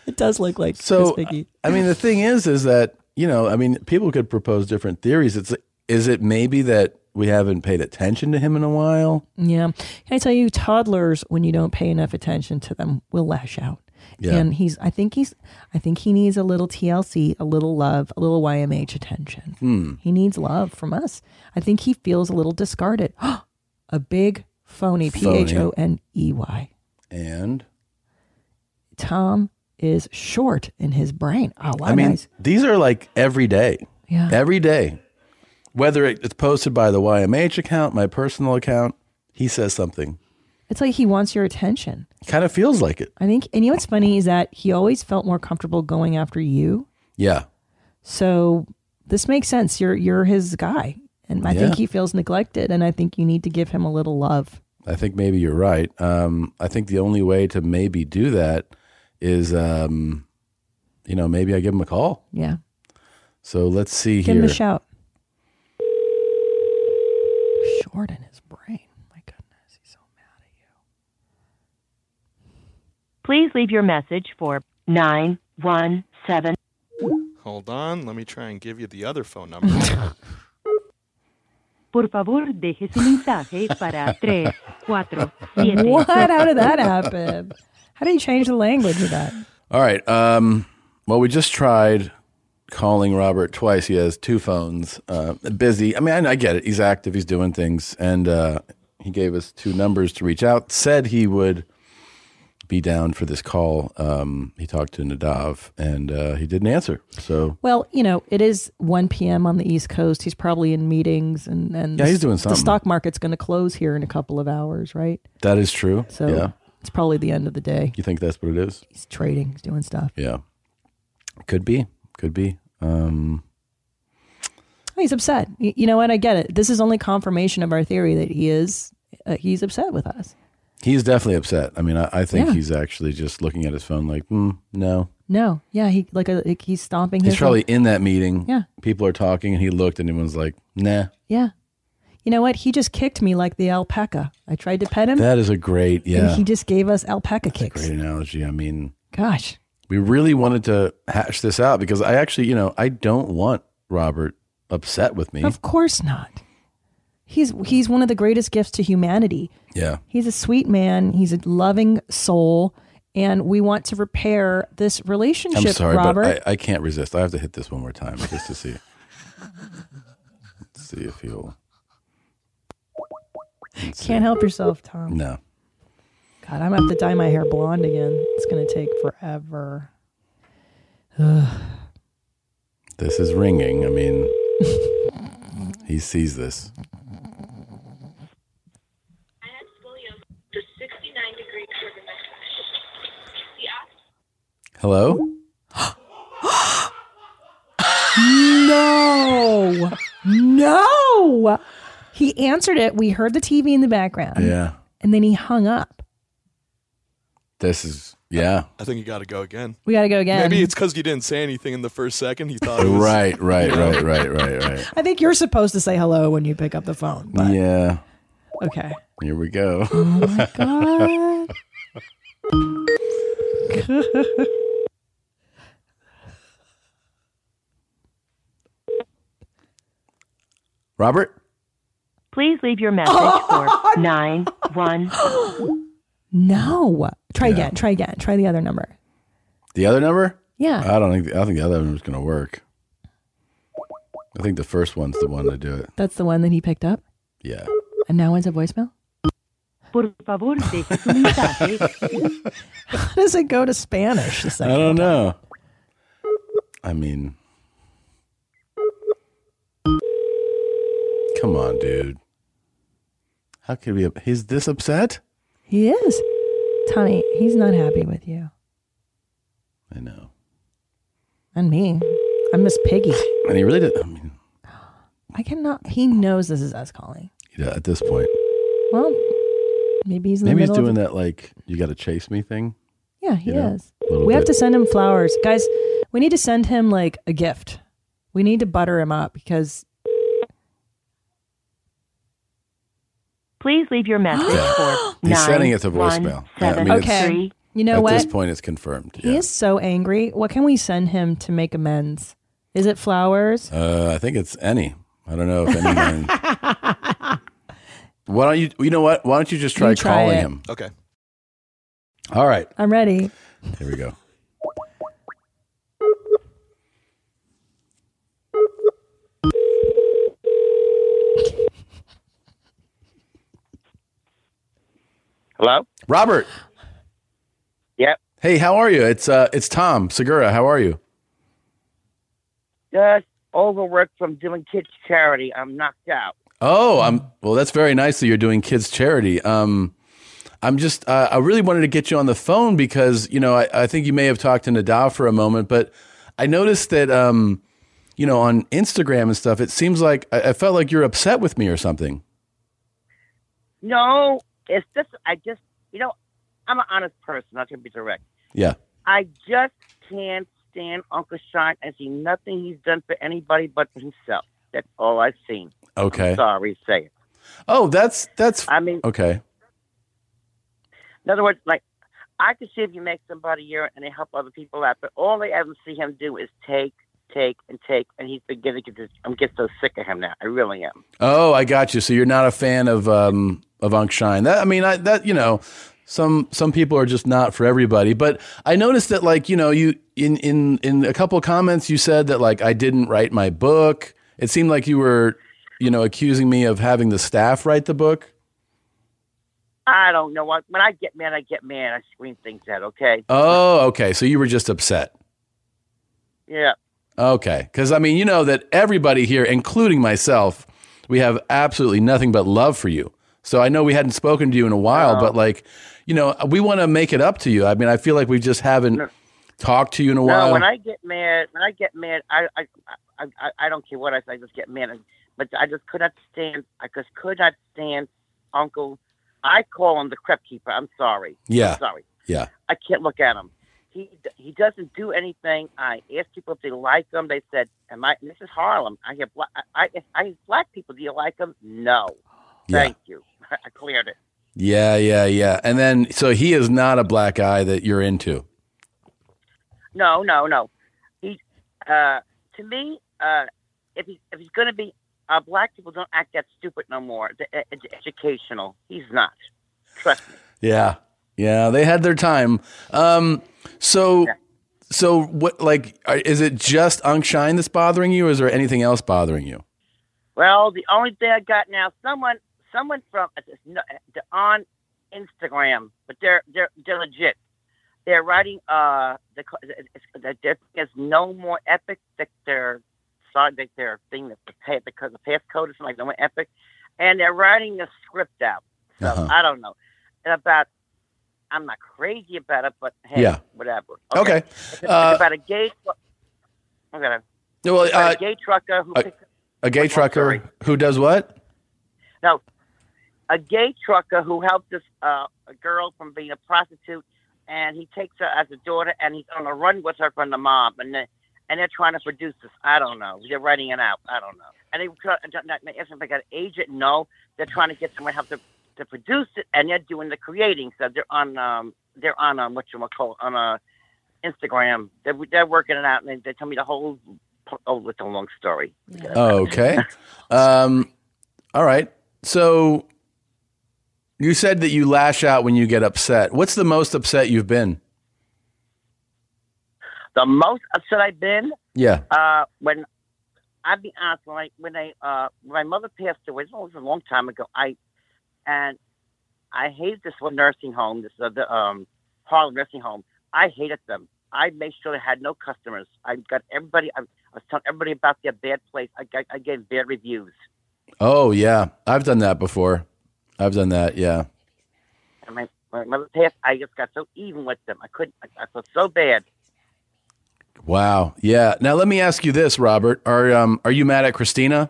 It does look like
So
Miss Piggy.
I mean, the thing is, is that you know, I mean, people could propose different theories. It's is it maybe that we haven't paid attention to him in a while?
Yeah. Can I tell you, toddlers, when you don't pay enough attention to them, will lash out.
Yeah.
And he's, I think he's, I think he needs a little TLC, a little love, a little YMH attention.
Hmm.
He needs love from us. I think he feels a little discarded. a big phony, P
Phony.
H O N E Y.
And
Tom is short in his brain. Oh, wow.
I mean,
nice.
these are like every day.
Yeah.
Every day. Whether it- it's posted by the YMH account, my personal account, he says something.
It's like he wants your attention.
Kind of feels like it.
I think, and you know what's funny is that he always felt more comfortable going after you.
Yeah.
So this makes sense. You're you're his guy, and I think
Yeah.
he feels neglected, and I think you need to give him a little love.
I think maybe you're right. Um, I think the only way to maybe do that is, um, you know, maybe I give him a call.
Yeah,
So let's see
give
here.
him a shout. Short in his brain.
Please leave your message for 917.
Hold on, let me try and give you the other phone number.
Por favor, deje su mensaje para 3, 4,
what? How did that happen? How do you change the language of that?
All right. Um, well, we just tried calling Robert twice. He has two phones. Uh, busy. I mean, I, I get it. He's active. He's doing things, and uh, he gave us two numbers to reach out. Said he would be down for this call. Um, he talked to Nadav, and uh, he didn't answer. So
Well, you know, it is 1 p.m. on the East Coast. He's probably in meetings, and and
Yeah, he's doing
The
something.
stock market's going to close here in a couple of hours, right?
that is true.
So
yeah,
it's probably the end of the day.
you think that's what it is?
He's trading, he's doing stuff.
Yeah, could be. Could be. Um,
Oh, He's upset. Y- You know what? I get it. This is only confirmation of our theory that he is uh, he's upset with us.
he's definitely upset. I mean, I, I think
Yeah.
he's actually just looking at his phone, like, mm, no,
No, yeah, he like, a, like he's stomping.
He's
his
probably in that meeting.
Yeah.
People are talking, and he looked, and everyone's like, "Nah."
yeah. You know what? He just kicked me like the alpaca. I tried to pet him.
That is a great, yeah,
And he just gave us alpaca kicks.
great analogy. I mean,
Gosh.
we really wanted to hash this out because I actually, you know, I don't want Robert upset with me.
Of course not. He's he's one of the greatest gifts to humanity.
Yeah.
He's a sweet man. He's a loving soul, and we want to repair this relationship,
I'm sorry,
Robert.
but I, I can't resist. I have to hit this one more time just to see. Let's see if he'll. let's see.
Can't help yourself, Tom.
No.
God, I'm gonna have to dye my hair blonde again. It's gonna take forever.
This is ringing. I mean, he sees this. Hello?
no, no. He answered it. We heard the TV in the background.
Yeah.
And then he hung up.
This is, yeah.
I think you got to go again.
We got to go again.
Maybe it's because you didn't say anything in the first second. He thought it was
Right, right, right, right, right, right.
I think you're supposed to say hello when you pick up the phone.
Yeah.
Okay.
Here we go.
Oh God.
Robert?
Please leave your message for 91.
no. Try again. Try again. Try the other number.
The other number?
Yeah.
I don't think I think the other number's gonna work. I think the first one's the one to do it.
That's the one that he picked up.
Yeah.
And now it's a voicemail.
Por favor, deje su mensaje.
How does it go to Spanish? The
I
second
don't know. I mean Come on, dude. How could we he's this upset?
He is. Tony, he's not happy with you.
I know.
And me. I'm Miss Piggy.
And he really did I mean
I cannot. He knows this is us calling.
you know, at this point.
Well, maybe he's in
Maybe
the
he's
middle.
doing that like you gotta chase me thing.
Yeah, he
you know,
is.
a little
We have
bit.
to send him flowers, guys. We need to send him like a gift. We need to butter him up because
Please leave your message for
He's sending it to
917.
voicemail. Yeah, I mean, it's-
okay. You know
at
what?
this point it's confirmed.
He is so angry. What can we send him to make amends? Is it flowers?
Uh, I think it's any. I don't know if anyone. Why don't you? You know what? Why don't you just try,
You try
calling
it.
him?
Okay.
All right.
I'm ready.
Here we go.
Hello?
Robert.
Yep.
Hey, how are you? It's uh, it's Tom Segura. How are you?
Just overworked from doing kids charity. I'm knocked out.
Oh, I'm. Well, that's very nice that you're doing kids charity. Um, I'm just, uh, I really wanted to get you on the phone because, you know, I, I think you may have talked to Nadav for a moment, but I noticed that, um, you know, on Instagram and stuff, it seems like I, I felt like you're upset with me or something.
No, it's just I just you know I'm an honest person. I can be direct.
Yeah.
I just can't stand Uncle Sean. I see nothing he's done for anybody but for himself. That's all I've seen.
Okay.
I'm sorry, say it.
Oh, that's, that's,
I mean,
okay.
in other words, like I can see if you make somebody here and they help other people out, but all I ever see him do is take, take, and take, and he's been getting. I'm getting so sick of him now. I really am.
Oh, I got you. So you're not a fan of um of Unc Shine. That I mean, I, that you know, some some people are just not for everybody. But I noticed that like you know you in in in a couple comments you said that like I didn't write my book. It seemed like you were you know accusing me of having the staff write the book.
I don't know what. When I get mad, I get mad. I scream things out. Okay.
Oh, okay. So you were just upset.
Yeah.
Okay, because I mean you know that everybody here, including myself, we have absolutely nothing but love for you. So I know we hadn't spoken to you in a while, but like you know we want to make it up to you. I mean I feel like we just haven't talked to you in a while.
No, when I get mad, when I get mad, I I I, I, I don't care what I say. I just get mad, And- but I just could not stand. I just could not stand Uncle. I call him the crep keeper. I'm sorry.
Yeah.
I'm sorry.
yeah.
I can't look at him. He he doesn't do anything. I asked people if they like him. They said, "Am I?" and This is Harlem. I have bla- I I, I asked black people. Do you like him? No.
Yeah.
Thank you. I cleared it.
Yeah, yeah, yeah. And then so he is not a black guy that you're into.
No, no, no. He, uh, to me, uh, if he's if he's going to be, uh, black people don't act that stupid no more. The- e- It's educational. He's not. Trust me.
Yeah. Yeah, they had their time. Um so so what like are- is it just Unc Shine that's bothering you or is there anything else bothering you?
Well, the only thing I got now, someone, someone from uh, no, they're on Instagram, but they're they're they're legit. They're writing uh the the there's no more epic that their sorry that their thing that the pay because the passcode is like no more epic, and they're writing a script out. So
Uh-huh.
I don't know And about. I'm not crazy about it, but hey,
Yeah.
whatever.
Okay.
It's, it's
Uh,
about a gay. tru- I'm gonna.
No, well, uh,
about a gay trucker who
a-
picks
A gay trucker who does what?
no, a gay trucker who helped this uh, a girl from being a prostitute, and he takes her as a daughter, and he's on a run with her from the mob, and they, and they're trying to produce this. I don't know. They're writing it out. I don't know. And they they ask if they got an agent. No, they're trying to get someone to help to to produce it, and they're doing the creating. So they're on um they're on um what you call on uh Instagram. They're they're working it out, and they, they tell me the whole. Oh, it's a long story.
okay. Um all right. So you said that you lash out when you get upset. What's the most upset you've been?
The most upset I've been
Yeah.
Uh, when I'll be honest, when I when I uh, when my mother passed away, it was a long time ago. I and I hated this one nursing home, this other um, Harlem nursing home. I hated them. I made sure they had no customers. I got everybody. I, I was telling everybody about their bad place. I, got, I gave bad reviews.
Oh, yeah. I've done that before. I've done that. Yeah.
And my, my mother passed. I just got so even with them. I couldn't. I, I felt so bad.
Wow. Yeah. Now let me ask you this, Robert. Are um are you mad at Christina?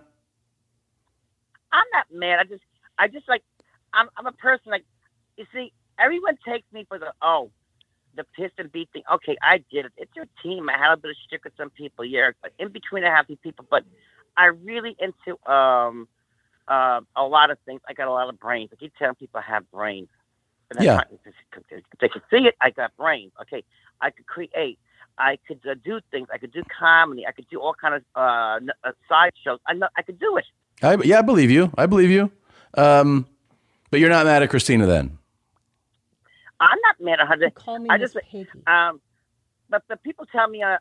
I'm not mad. I just, I just like, I'm, I'm a person like, you see, everyone takes me for the oh, the piss and beat thing. Okay, I did it. It's your team. I had a bit of shtick with some people. Yeah, but in between, I have these people. But I really into um, uh, a lot of things. I got a lot of brains. I keep telling people I have brains. And I
Yeah.
can't- If they could see it, I got brains. Okay, I could create. I could uh, do things. I could do comedy. I could do all kind of uh, n- uh, side shows. I know I could do it.
I yeah, I believe you. I believe you. Um but you're not mad at Christina then.
I'm not mad at her. Call me I just, um, but the people tell me, uh,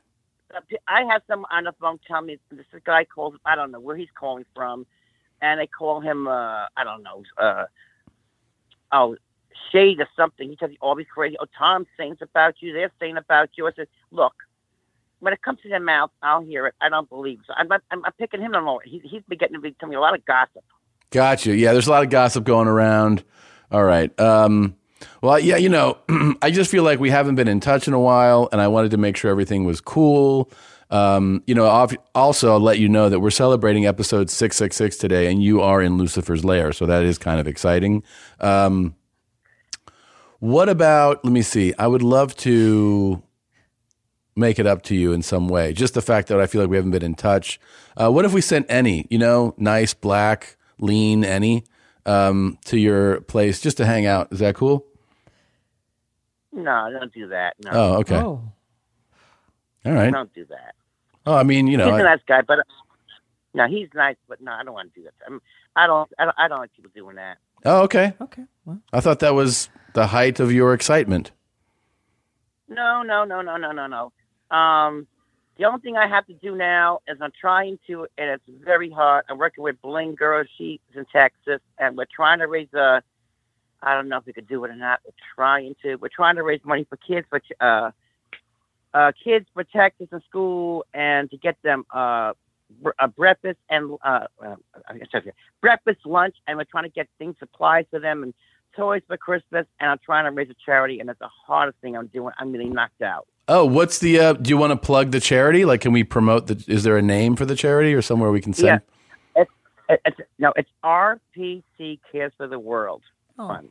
the pe- I have some on the phone tell me this guy calls. I don't know where he's calling from, and they call him. Uh, I don't know. Uh, oh, shade or something. He tells you all these crazy. Oh, Tom's saying it's about you. They're saying about you. I said, look, when it comes to their mouth, I'll hear it. I don't believe. So I'm, not, I'm, I'm picking him on. He, he's been getting to be telling me a lot of gossip.
Gotcha. Yeah, there's a lot of gossip going around. All right. Um Well, yeah, you know, I just feel like we haven't been in touch in a while, and I wanted to make sure everything was cool. Um, you know, I'll, also I'll let you know that we're celebrating episode six six six today, and you are in Lucifer's lair, so that is kind of exciting. Um, what about? Let me see. I would love to make it up to you in some way. Just the fact that I feel like we haven't been in touch. Uh, what if we sent any, you know, nice, black, lean, any um, to your place just to hang out? Is that cool?
No, don't do that. No.
Oh, okay. All right.
Don't do that.
Oh, I mean, you know,
he's a
I-
nice guy, but uh, no, he's nice, but no, I don't want to do that. I'm, I don't, I don't, I don't like people doing that.
oh, okay. Okay. I thought that was the height of your excitement.
No, no, no, no, no, no, no. Um, the only thing I have to do now is I'm trying to, and it's very hard. I'm working with Bling Girl. She's in Texas, and we're trying to raise a. I don't know if we could do it or not. We're trying to. We're trying to raise money for kids, but uh, uh, kids for Texas in school, and to get them uh, br- a breakfast and uh, uh, I'm sorry, breakfast, lunch, and we're trying to get things supplies for them and toys for Christmas, and I'm trying to raise a charity, and it's the hardest thing I'm doing. I'm really knocked out.
Oh, what's the? Uh, do you want to plug the charity? Like, can we promote the? Is there a name for the charity or somewhere we can send?
Yeah. It's, it- it's no, it's RPC Cares for the World Fund.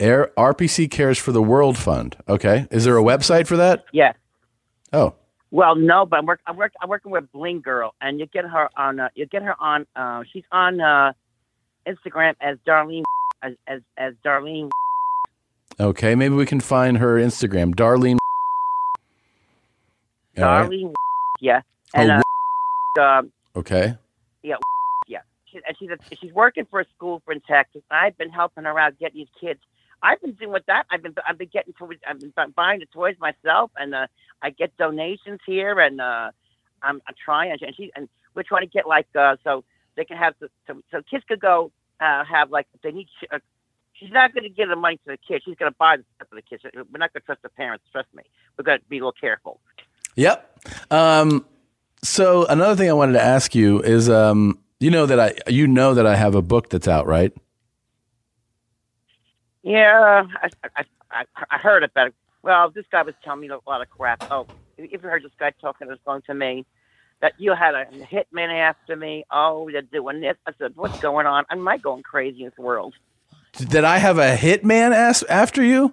Air RPC Cares for the World Fund. Okay. Is there a website for that?
Yeah.
Oh,
Well, no, but I'm work, I'm, work, I'm working with Bling Girl, and you get her on. Uh, you get her on. Uh, she's on uh, Instagram as Darlene as as, as Darlene.
okay. Maybe we can find her Instagram, Darlene. All right.
Darlene. Yeah.
Oh,
And uh, um,
Okay.
yeah, yeah. She, and she's a, she's working for a school for in Texas. I've been helping her out get these kids. I've been doing with that. I've been I've been getting toys. I've been bu- buying the toys myself, and uh, I get donations here, and uh, I'm, I'm trying. And she and we're trying to get like uh, so they can have the, so, so kids could go uh, have like they need. Uh, she's not going to give the money to the kids. She's going to buy the stuff for the kids. We're not going to trust the parents. Trust me. We're going to be a little careful.
Yep. Um, so another thing I wanted to ask you is, um, you know that I, you know that I have a book that's out, right?
Yeah, I, I, I, I heard about it. Well, this guy was telling me a lot of crap. Oh, if you heard this guy talking this long to me, that you had a hitman after me. Oh, they're doing this. I said, what's going on? Am I going crazy in this world?
That I have a hitman ass after you?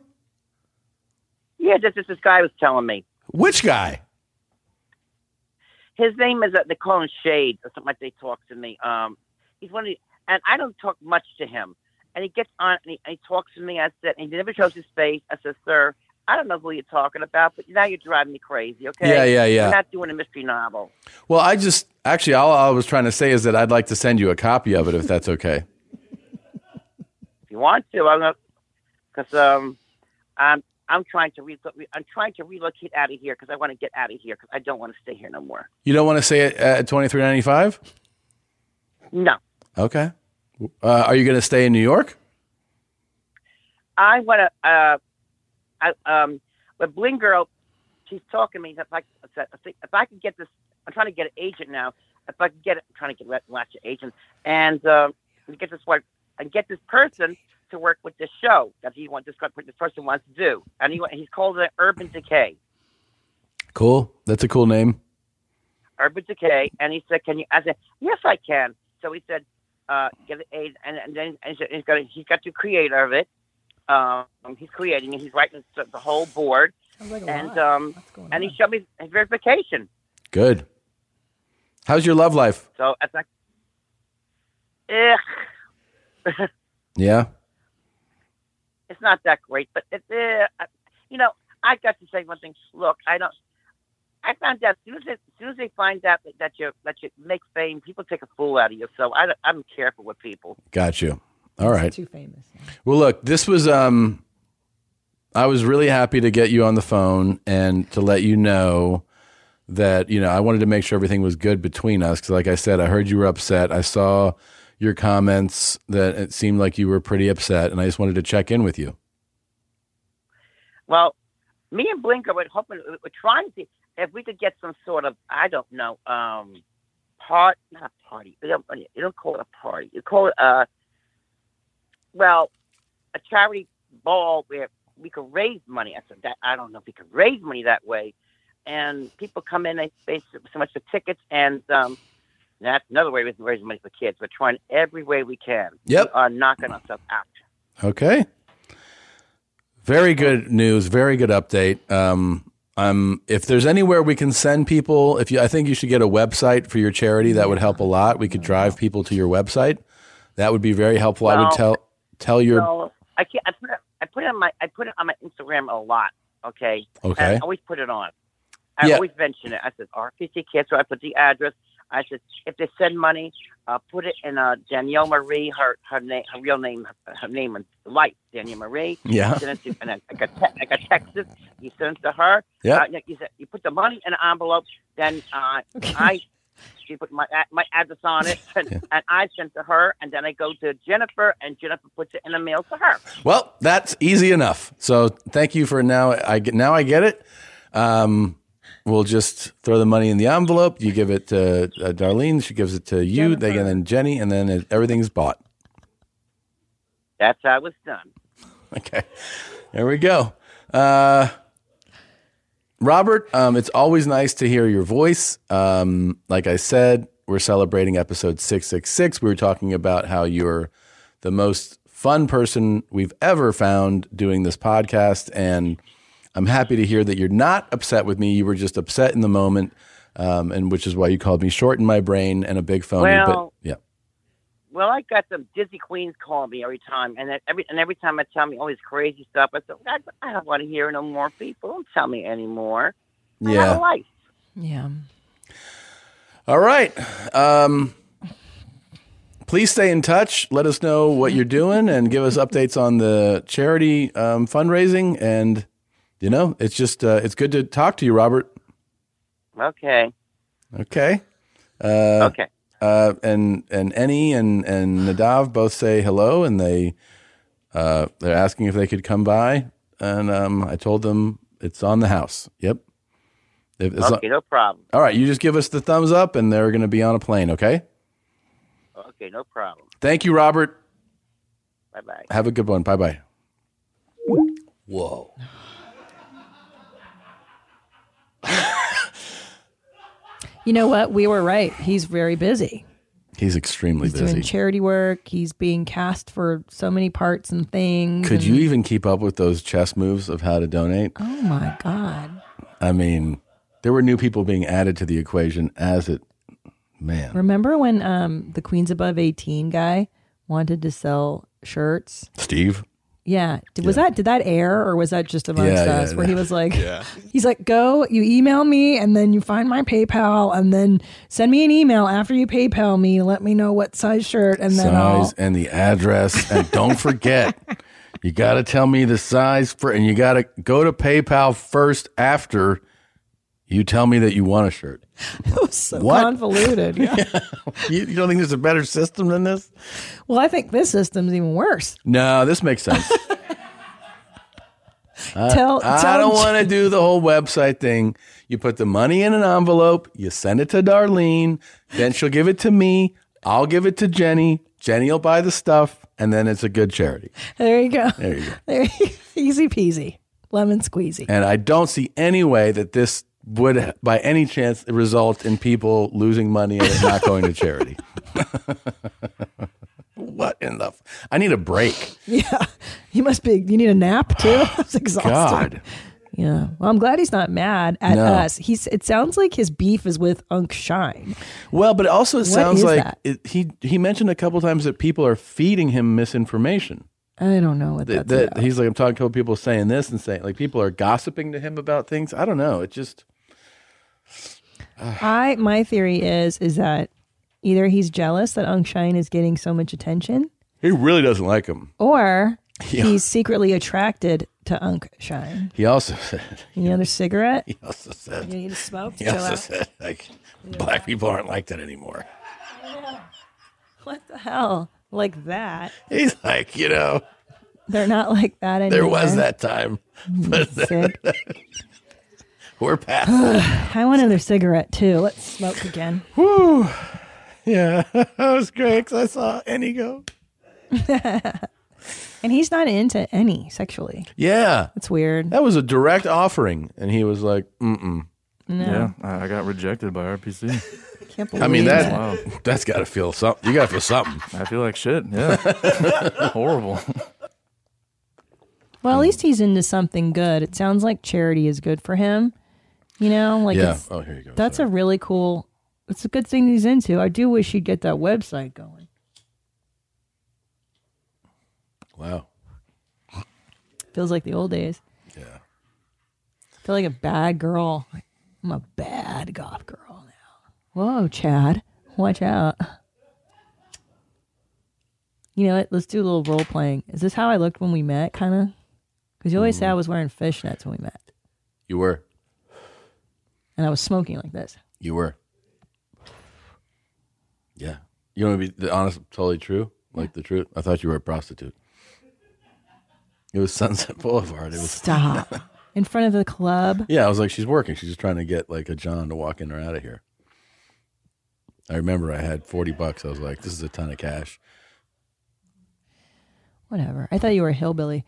Yeah, this is this guy was telling me.
Which guy?
His name is uh, they call him Shade or something like they talk to me. Um, he's one of the, and I don't talk much to him. And he gets on and he, and he talks to me. I said, and he never shows his face. I said, sir, I don't know who you're talking about, but now you're driving me crazy. Okay?
Yeah, yeah, yeah.
We're not doing a mystery novel.
Well, I just actually all I was trying to say is that I'd like to send you a copy of it if that's okay.
if you want to. I'm not because um, I'm I'm trying to re- I'm trying to relocate out of here because I want to get out of here because I don't want to stay here no more.
You don't want to say it at twenty three ninety five?
No,
Okay. Uh, are you going to stay in New York?
I want to. Uh, I um, but Bling Girl, she's talking to me. If I, I said, I think if I could get this, I'm trying to get an agent now. If I could get it, I'm trying to get lots of agents and uh, get this one and get this person to work with this show that he wants. This guy- this person wants to do, and he wa- he's called it Urban Decay.
Cool. That's a cool name.
Urban Decay, and he said, "Can you?" I said, "Yes, I can." So he said, uh, "Get an aid," and, and then and he said, he's got he's got the creator of it. Um, he's creating it. He's writing the, the whole board,
like a
and
lot.
um, and he showed me his verification.
Good. How's your love life?
So it's like, eh,
Yeah.
it's not that great, but it, eh, I- you know, I got to say one thing. Look, I don't. I found out as soon as, they, as soon as they find out that, that you that you make fame, people take a fool out of you. So I don't, I'm careful with people.
Got you. All right.
Too famous.
Well, look, this was um I was really happy to get you on the phone and to let you know that, you know, I wanted to make sure everything was good between us cuz like I said, I heard you were upset. I saw your comments that it seemed like you were pretty upset and I just wanted to check in with you.
Well, me and Blinker were hoping we're trying to if we could get some sort of I don't know um part not party you don't, you don't call it a party you call it uh well a charity ball where we could raise money. I said, that, I don't know if we could raise money that way. And people come in, they pay so so much for tickets, and um, that's another way we can raise money for kids. We're trying every way we can.
Yep.
We are knocking ourselves out.
Okay. Very good news. Very good update. Um, um, if there's anywhere we can send people, if you, I think you should get a website for your charity. That would help a lot. We could drive people to your website. That would be very helpful. I
Well,
would tell tell your
So I can't. I put it. I put it on my. I put it on my Instagram a lot. Okay.
Okay.
And I always put it on. I
Yeah.
always mention it. I said RPC Kids. So I put the address. I said if they send money, uh, put it in uh, Danielle Marie. Her her name. Her real name. Her name and life. Danielle Marie.
Yeah.
You send it to, and I, I got te- I got Texas. You send it to her.
Yeah.
Uh, you, said- you put the money in an envelope. Then uh, I. She put my uh, my address on it, and, and I sent to her, and then I go to Jennifer, and Jennifer puts it in the mail to her.
Well, that's easy enough. So thank you for now. I get now I get it. Um, we'll just throw the money in the envelope. You give it to uh, Darlene. She gives it to you. They and then Jenny, and then it, everything's bought.
That's how it was done.
Okay, there we go. Uh, Robert, um, it's always nice to hear your voice. Um, like I said, we're celebrating episode 666. We were talking about how you're the most fun person we've ever found doing this podcast. And I'm happy to hear that you're not upset with me. You were just upset in the moment, um, and which is why you called me short in my brain and a big phony.
Well-
but yeah.
Well, I got some Disney queens call me every time, and then every and every time I tell me all this crazy stuff, I said, I, I don't want to hear no more people. Don't tell me anymore. I have
Yeah.
a life.
Yeah.
All right. Um, please stay in touch. Let us know what you're doing and give us updates on the charity um, fundraising. And you know, it's just uh, it's good to talk to you, Robert.
Okay.
Okay. Uh,
okay.
Uh, and and Annie and and Nadav both say hello, and they uh, they're asking if they could come by. And um, I told them it's on the house. Yep. If- as lo-
Okay, no problem.
All right, you just give us the thumbs up, and they're going to be on a plane. Okay.
Okay, no problem.
Thank you, Robert.
Bye bye.
Have a good one. Bye bye. Whoa.
You know what? We were right. He's very busy.
He's extremely
He's doing
busy.
charity work. He's being cast for so many parts and things.
Could
and-
you even keep up with those chess moves of how to donate?
Oh my God.
I mean, there were new people being added to the equation as it, man.
Remember when um, the Queens Above 18 guy wanted to sell shirts?
Steve?
Yeah. Did, was that, did that air or was that just amongst
Yeah,
us
yeah,
where
yeah.
he was like,
Yeah.
he's like, go, you email me and then you find my PayPal and then send me an email after you PayPal me. Let me know what size shirt and then I'll.
Size and the address. And don't forget, you got to tell me the size for, and you got to go to PayPal first after you tell me that you want a shirt.
so
What?
convoluted. Yeah.
you, you don't think there's a better system than this?
Well, I think this system's even worse.
No, this makes sense. I,
Tell-
I
tell-
don't want to do the whole website thing. You put the money in an envelope, you send it to Darlene, then she'll give it to me, I'll give it to Jenny, Jenny will buy the stuff, and then it's a good charity.
There you go.
There you go.
There you Easy peasy. Lemon squeezy.
And I don't see any way that this would, by any chance, result in people losing money and it not going to charity. what in the? F- I need a break.
Yeah. You must be, you need a nap too. I was exhausted.
God.
Yeah. Well, I'm glad he's not mad at
No.
us. He's. It sounds like his beef is with Unc Shine.
Well, but also it
What
sounds
is
like
that?
it, he he mentioned a couple times that people are feeding him misinformation.
I don't know what
That,
that's
that
about.
he's like, I'm talking to people saying this and saying like people are gossiping to him about things. I don't know. It just
I my theory is is that either he's jealous that Unc Shine is getting so much attention,
he really doesn't like him.
or
Yeah.
he's secretly attracted to Unc Shine.
He also said
You need another cigarette?
he also said
You need a smoke to
He
chill
also
out?
said like black people aren't like that anymore.
What the hell? Like that?
He's like you know
They're not like that anymore.
there was that time,
Mm-hmm.
but we're past. that.
I want another cigarette too. Let's smoke again.
Woo. Yeah, that was great 'cause I saw Annie go.
And he's not into any sexually.
Yeah.
That's weird.
That was a direct offering. And he was like, mm mm.
No.
Yeah, I I got rejected by RPC.
Can't
I mean,
believe
that,
Wow.
that's got to feel something. You got to feel something.
I feel like shit. Yeah. Horrible.
Well, at least he's into something good. It sounds like charity is good for him. You know, like
Yeah.
it's-
Oh, here you go.
That's a really cool. It's a good thing he's into. I do wish he'd get that website going.
Wow.
Feels like the old days.
Yeah.
Feel like a bad girl. Like, I'm a bad goth girl now. Whoa, Chad, watch out. You know what? Let's do a little role playing. Is this how I looked when we met? Kind of, because you always
Mm.
said I was wearing fishnets when we met,
You were.
and I was smoking like this.
You were. Yeah. You want to be the honest, totally true? Like the truth? I thought you were a prostitute. It was Sunset Boulevard. It was
Stop in front of the club.
Yeah, I was like, she's working. She's just trying to get like a John to walk in or out of here. I remember I had forty bucks. I was like, this is a ton of cash.
Whatever. I thought you were a hillbilly.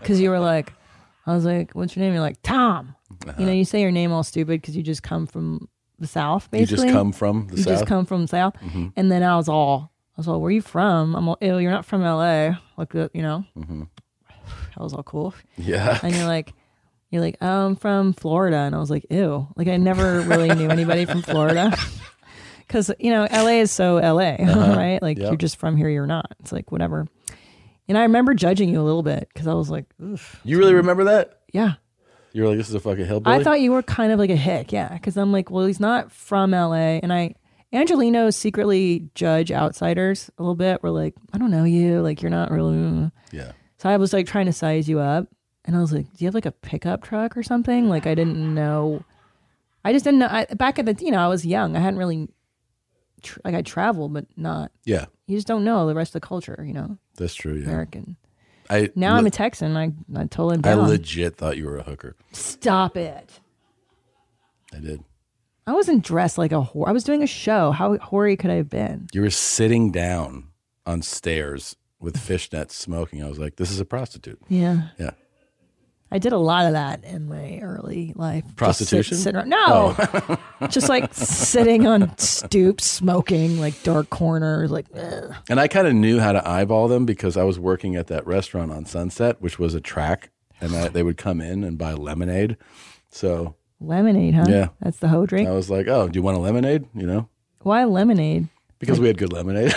Because you were like, I was like, what's your name? You're like, Tom. You
Uh-huh.
know, you say your name all stupid because you just come from the South,
You just
basically.
come from the
You just
South?
come from the South.
Mhm.
And then I was all, I was all, where you from? I'm all, ew, you're not from LA. Like, the- you know,
Mhm.
I was all cool.
Yeah.
And you're like, you're like, "Oh, I'm from Florida. And I was like, ew. Like, I never really knew anybody from Florida. Because, you know, LA is so LA,
Uh-huh.
right? Like,
Yep.
you're just from here, you're not. It's like, whatever. And I remember judging you a little bit because I was like, Oof.
You really remember that?
Yeah.
You were like, this is a fucking hillbilly.
I thought you were kind of like a hick. Yeah. Because I'm like, well, he's not from LA. And I, Angelinos secretly judge outsiders a little bit. We're like, I don't know you. Like, you're not really.
Yeah.
So I was like trying to size you up. And I was like, do you have like a pickup truck or something? Like, I didn't know. I just didn't know. I, back at the, you know, I was young. I hadn't really, tr- like, I traveled, but not.
Yeah,
You just don't know the rest of the culture, you know?
that's true. Yeah.
American.
I
Now I'm
le-
a Texan. I, I totally am
I
down.
legit thought you were a hooker.
Stop it.
I did.
I wasn't dressed like a whore. I was doing a show. How hoary could I have been?
You were sitting down on stairs with fishnets smoking. I was like, this is a prostitute.
Yeah.
Yeah.
I did a lot of that in my early life. Just sit-
Prostitution?
sit around- no.
Oh.
Just like sitting on stoops, smoking, like dark corners, like ugh.
And I kind of knew how to eyeball them because I was working at that restaurant on Sunset, which was a track, and I, they would come in and buy lemonade. So
lemonade, huh?
Yeah.
That's the hoe drink.
I was like, oh, do you want a lemonade? You know,
Why lemonade?
because we had good lemonade.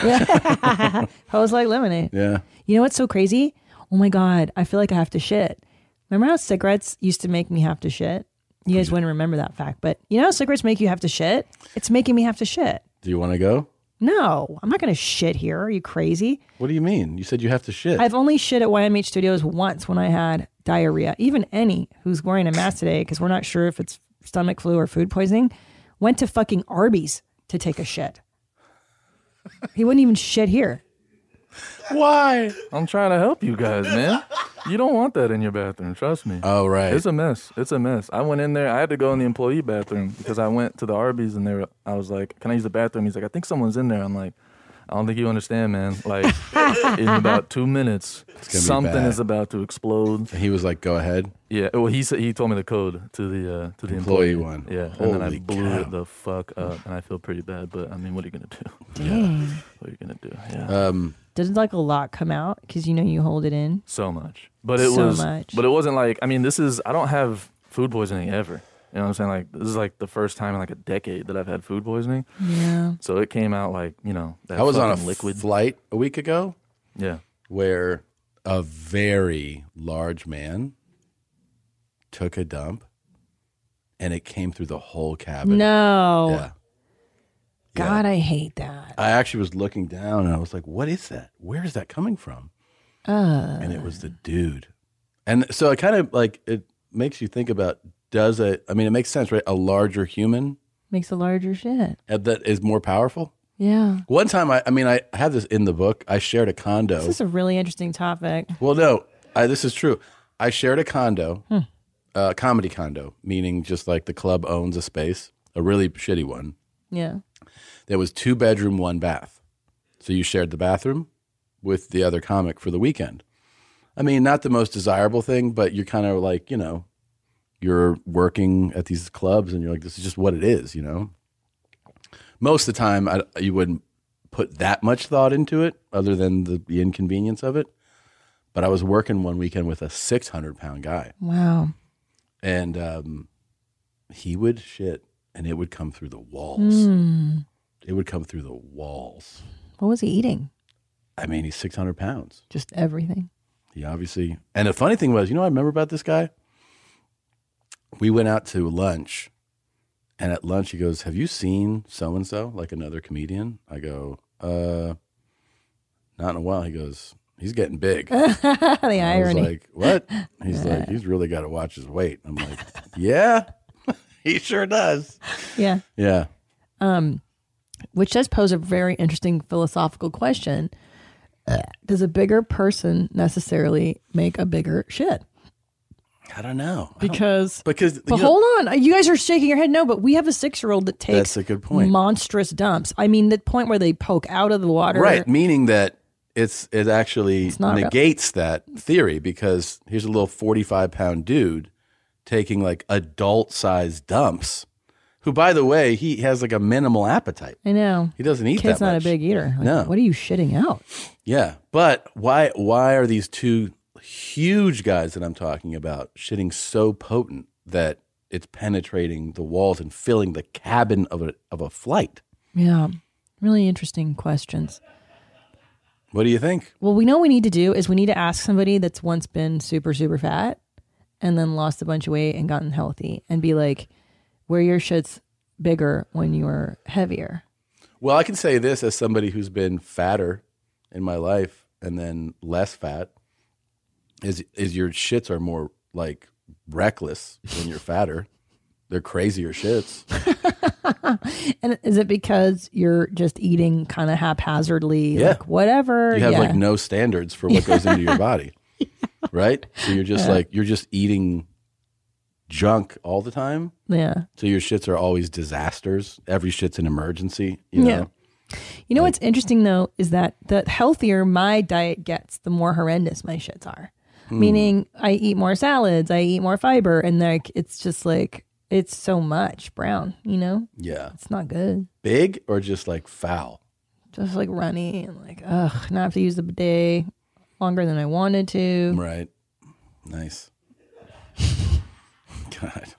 Hoes like lemonade.
yeah.
You know what's so crazy? Oh my God. I feel like I have to shit. Remember how cigarettes used to make me have to shit? You guys wouldn't remember that fact, but you know how cigarettes make you have to shit? It's making me have to shit.
Do you want to go?
No, I'm not going to shit here. Are you crazy?
What do you mean? You said you have to shit.
I've only shit at YMH Studios once when I had diarrhea. Even any who's wearing a mask today, because we're not sure if it's stomach flu or food poisoning, went to fucking Arby's to take a shit. he wouldn't even shit here.
Why?
I'm trying to help you guys, man. You don't want that in your bathroom, trust me.
Oh, right.
It's a mess. It's a mess. I went in there. I had to go in the employee bathroom because I went to the Arby's and they were, I was like, "Can I use the bathroom?" He's like, "I think someone's in there." I'm like, "I don't think you understand, man. Like, in about two minutes,
gonna be
something
bad.
is about to explode."
He was like, go ahead.
Yeah. Well, he said he told me the code to the uh, to the
Employee
employee,
one.
Yeah. and then
Holy
I blew
cow.
it the fuck up, and I feel pretty bad. But I mean, what are you gonna do?
Dang.
What are you gonna do? Yeah.
Um,
Doesn't like a lot come out because you know you hold it in.
So much. But it
So
was
much.
but it wasn't like I mean this is I don't have food poisoning ever. You know what I'm saying? Like this is like the first time in like a decade that I've had food poisoning.
Yeah.
So it came out like, you know, that
I was on a
fucking liquid
flight a week ago.
Yeah.
Where a very large man took a dump and it came through the whole cabin.
No.
Yeah.
God, I hate that.
I actually was looking down and I was like, what is that? Where is that coming from?
Uh,
and it was the dude. And so it kind of like it makes you think about does a I mean it makes sense, right? A larger human
makes a larger shit.
uh, that is more powerful.
Yeah.
One time I I mean I have this in the book. I shared a condo.
This is a really interesting topic.
Well, no, I, this is true. I shared a condo,
Hmm.
uh, comedy condo, meaning just like the club owns a space, a really shitty one.
Yeah.
There was two bedroom, one bath. So you shared the bathroom, with the other comic for the weekend. I mean, not the most desirable thing, but you're kind of like, you know, you're working at these clubs and you're like, this is just what it is, you know? Most of the time, I, you wouldn't put that much thought into it other than the, the inconvenience of it. But I was working one weekend with a 600 pound guy
Wow.
and um, he would shit and it would come through the walls.
Mm.
It would come through the walls.
What was he eating?
I mean, he's 600 pounds.
Just everything.
He obviously. And the funny thing was, you know, what I remember about this guy. We went out to lunch, and at lunch he goes, "Have you seen so and so?" Like another comedian. I go, "Uh, not in a while." He goes, "He's getting big."
the
I was
irony.
like, "What?" He's like, "He's really got to watch his weight." I'm like, "Yeah, he sure does."
yeah.
Yeah.
um, which does pose a very interesting philosophical question. Does a bigger person necessarily make a bigger shit?
I don't know.
Because
because
But
you know,
hold on, you guys are shaking your head no. But we have a six-year-old that takes
That's a good point.
monstrous dumps. I mean, the point where they poke out of the water.
Right, meaning that it's it actually
not real.
negates that theory because here's a little 45 pound dude taking like adult sized dumps. Who, by the way, he has like a minimal appetite.
I know.
He doesn't eat
Kid's
that
not
much.
a big eater. Like,
No.
What are you shitting out?
Yeah, but why why are these two huge guys that I'm talking about shitting so potent that it's penetrating the walls and filling the cabin of a of a flight?
Yeah. Really interesting questions.
What do you think?
Well, we know what we need to do is we need to ask somebody that's once been super, super fat and then lost a bunch of weight and gotten healthy and be like, where your shit's bigger when you were heavier.
Well, I can say this as somebody who's been fatter in my life and then less fat is is your shits are more like reckless when you're fatter. They're crazier shits.
And is it because you're just eating kind of haphazardly,
Yeah.
like whatever?
You have
yeah.
like no standards for what goes into your body. Right? So you're just
Yeah.
like you're just eating junk all the time.
Yeah.
So your shits are always disasters. Every shit's an emergency, you know.
Yeah. You know what's interesting though is that the healthier my diet gets, the more horrendous my shits are.
Hmm.
Meaning, I eat more salads, I eat more fiber, and like it's just like it's so much brown. You know,
Yeah.
it's not good.
Big or just like foul.
Just like runny and like ugh, now I have to use the bidet longer than I wanted to.
Right. Nice. God.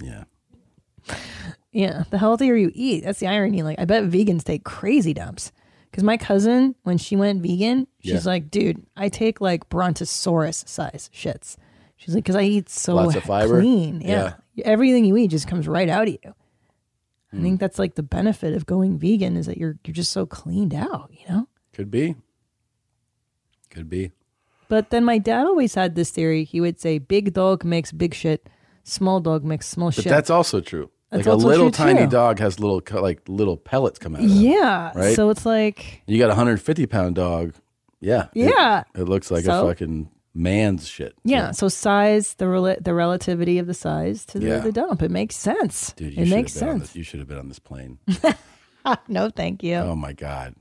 Yeah.
Yeah, the healthier you eat, that's the irony. Like, I bet vegans take crazy dumps. Because my cousin, when she went vegan, she's
Yeah.
like, dude, I take like brontosaurus size shits. She's like, because I eat so
Lots of fiber?
clean. Yeah. Everything you eat just comes right out of you. I
Hmm.
think that's like the benefit of going vegan is that you're you're just so cleaned out, you know?
Could be. Could
Oh,
be.
But then my dad always had this theory. He would say, big dog makes big shit, small dog makes small
But
shit.
that's also true.
That's
like
also
a little
true,
tiny
too.
dog has little co- like little pellets come out. Of it.
yeah.
Right?
So it's like,
You got a 150 pound dog. Yeah. it-
Yeah.
It, looks like
So?
a fucking man's shit.
Yeah. So size, the rela- the relativity of the size to the,
Yeah.
the dump, it makes sense.
Dude, you
it
should have
makes
been on
sense.
this- you should have been on this plane.
no, thank you.
Oh my god!